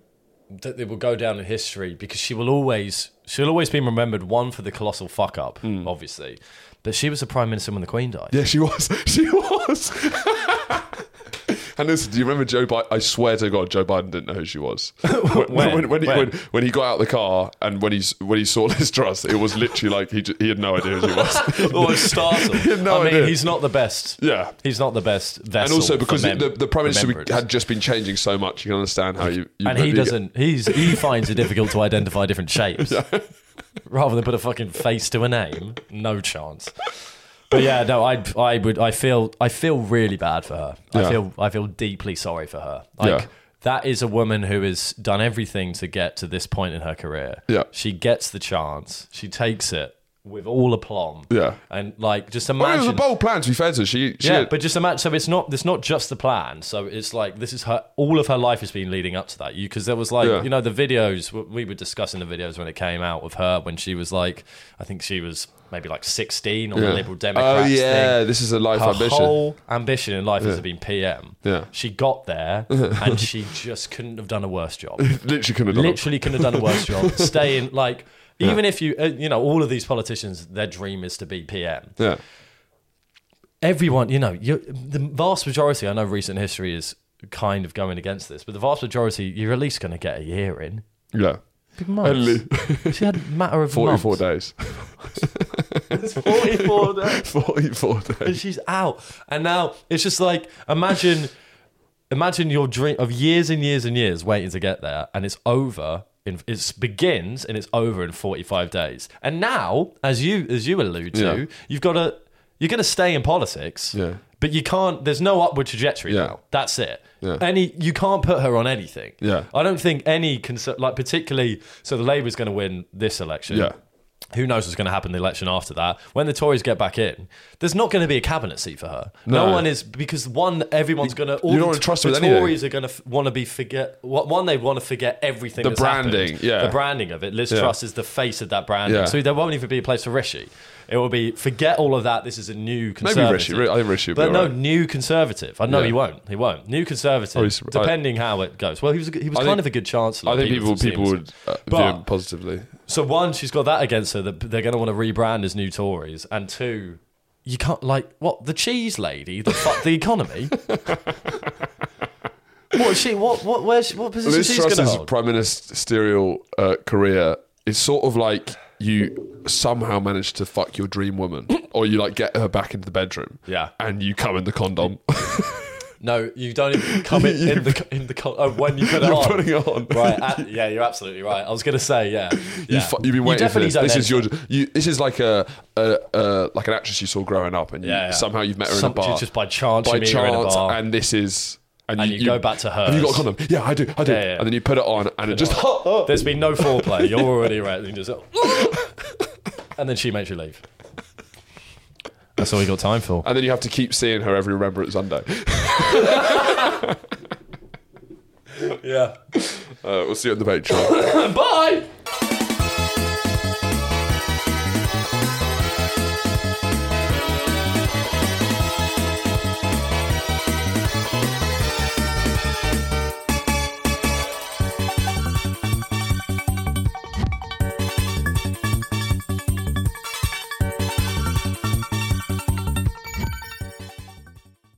Speaker 3: that it will go down in history because she will always she'll always be remembered one for the colossal fuck up, obviously. But she was the prime minister when the Queen died. (laughs)
Speaker 2: Hmm. Yeah, she was. (laughs) She was. and listen, do you remember Joe Biden? I swear to God, Joe Biden didn't know who she (laughs) was. when,
Speaker 3: When?
Speaker 2: When, when, he,
Speaker 3: When?
Speaker 2: when, when he got out of the car and when he, s- when he saw (laughs) Liz Truss, it was literally like he, j- he had no idea who she was.
Speaker 3: Oh, I'm startled.
Speaker 2: (laughs) No
Speaker 3: I mean,
Speaker 2: idea.
Speaker 3: he's not the best.
Speaker 2: Yeah.
Speaker 3: he's not the best vessel.
Speaker 2: and also
Speaker 3: for
Speaker 2: because
Speaker 3: mem-
Speaker 2: the, the Prime Minister
Speaker 3: remembrance.
Speaker 2: had just been changing so much, you can understand how you. you
Speaker 3: and he
Speaker 2: you-
Speaker 3: doesn't. He's he finds it difficult to identify different
Speaker 2: (laughs)
Speaker 3: shapes. Rather than put a fucking face to a name, no chance. But yeah, no, I I would I feel I feel really bad for her.
Speaker 2: Yeah.
Speaker 3: I feel I feel deeply sorry for her. Like
Speaker 2: Yeah.
Speaker 3: that is a woman who has done everything to get to this point in her career.
Speaker 2: Yeah.
Speaker 3: She gets the chance. She takes it with all aplomb.
Speaker 2: Yeah.
Speaker 3: And like just
Speaker 2: Well, it
Speaker 3: imagine
Speaker 2: was a bold plan, to be fair to her. She, she
Speaker 3: yeah, but just imagine. So it's not. It's not just the plan. So it's like this is her. All of her life has been leading up to that. You because there was like
Speaker 2: Yeah.
Speaker 3: you know the videos we- we were discussing the videos when it came out of her when she was like I think she was maybe like sixteen on
Speaker 2: Yeah.
Speaker 3: the Liberal Democrats.
Speaker 2: Oh, yeah.
Speaker 3: thing.
Speaker 2: This is a life
Speaker 3: Her
Speaker 2: ambition.
Speaker 3: whole ambition in life has been PM.
Speaker 2: Yeah.
Speaker 3: She got
Speaker 2: (laughs)
Speaker 3: there and she just couldn't have done a worse job
Speaker 2: literally couldn't have done it.
Speaker 3: literally couldn't have done a worse
Speaker 2: (laughs)
Speaker 3: job. Staying like, even if you, uh, you know, all of these politicians, their dream is to be PM.
Speaker 2: Yeah.
Speaker 3: Everyone, you know, you the vast majority. I know recent history is kind of going against this, but the vast majority, you're at least going to get a year in.
Speaker 2: Yeah.
Speaker 3: Big months. she had a matter of
Speaker 2: 44
Speaker 3: months.
Speaker 2: days.
Speaker 3: (laughs)
Speaker 2: (laughs)
Speaker 3: Forty-four days. (laughs)
Speaker 2: 44
Speaker 3: and
Speaker 2: days.
Speaker 3: she's out. And now it's just like imagine, imagine your dream of years and years and years waiting to get there, and it's over. In, it begins and it's over in forty five days. And now, as you as you allude to,
Speaker 2: Yeah.
Speaker 3: you've got to you're going to stay in politics.
Speaker 2: Yeah.
Speaker 3: But you can't. There's no upward trajectory
Speaker 2: Yeah.
Speaker 3: now. That's it.
Speaker 2: Yeah.
Speaker 3: Any you can't put her on anything.
Speaker 2: Yeah.
Speaker 3: I don't think any concern like particularly. So the Labour's going to win this election.
Speaker 2: Yeah.
Speaker 3: Who knows what's going to happen in the election after that? When the Tories get back in, there's not going to be a cabinet seat for her. No,
Speaker 2: No.
Speaker 3: one is because one, everyone's going to.
Speaker 2: don't wanna trust her
Speaker 3: the
Speaker 2: with anything.
Speaker 3: Tories are going to f- want to be forget. wha- One, they want to forget everything.
Speaker 2: The
Speaker 3: that's
Speaker 2: branding,
Speaker 3: happened.
Speaker 2: yeah.
Speaker 3: The branding of it. Liz Truss is the face of that branding,
Speaker 2: Yeah.
Speaker 3: so there won't even be a place for Rishi. It will be forget all of that. This is a new conservative.
Speaker 2: Rishi- I think Rishi will be
Speaker 3: but no
Speaker 2: all right.
Speaker 3: new conservative. I know
Speaker 2: Yeah. Oh,
Speaker 3: he won't. He won't. New conservative.
Speaker 2: he's- I-
Speaker 3: depending how it goes. Well, he was a good- he was
Speaker 2: I
Speaker 3: kind
Speaker 2: think-
Speaker 3: of a good chancellor.
Speaker 2: I think people
Speaker 3: seem
Speaker 2: people
Speaker 3: to-
Speaker 2: would uh,
Speaker 3: But-
Speaker 2: view it positively.
Speaker 3: so one, she's got that against her that they're going to want to rebrand as new Tories, and two, you can't like what the cheese lady that fucked the
Speaker 2: (laughs)
Speaker 3: economy. what is she? What what where's she, what position
Speaker 2: Liz
Speaker 3: she's going to
Speaker 2: Truss's
Speaker 3: hold?
Speaker 2: prime ministerial uh, career is sort of like you somehow manage to fuck your
Speaker 3: (coughs)
Speaker 2: dream woman, or you like get her back into the bedroom.
Speaker 3: Yeah.
Speaker 2: and you come in the condom.
Speaker 3: no, you don't even come
Speaker 2: (laughs)
Speaker 3: in, in the in the co- oh, when you put it
Speaker 2: You're
Speaker 3: on.
Speaker 2: putting it on.
Speaker 3: Right? a- yeah, you're absolutely right. I was going to say yeah.
Speaker 2: (laughs) You
Speaker 3: yeah.
Speaker 2: fu- you've been waiting for
Speaker 3: definitely
Speaker 2: this.
Speaker 3: don't
Speaker 2: This is
Speaker 3: enter.
Speaker 2: your. You, this is like a, a, a like an actress you saw growing up, and you,
Speaker 3: Yeah, yeah.
Speaker 2: somehow you've met her
Speaker 3: Some-
Speaker 2: in a bar
Speaker 3: just by chance you
Speaker 2: By
Speaker 3: meet her in a
Speaker 2: chance,
Speaker 3: bar.
Speaker 2: and this is.
Speaker 3: And you go back to
Speaker 2: Have you got a
Speaker 3: hers.
Speaker 2: condom? Yeah, I do. I do.
Speaker 3: Yeah, yeah.
Speaker 2: And then you put it on, and it just.
Speaker 3: There's been no foreplay. You're already right. You just, (laughs) and then she makes you leave. That's all you got time for.
Speaker 2: (laughs) And then you have to keep seeing her every Remembrance Sunday. (laughs)
Speaker 3: Yeah.
Speaker 2: Uh, we'll see you on the Patreon.
Speaker 3: Bye.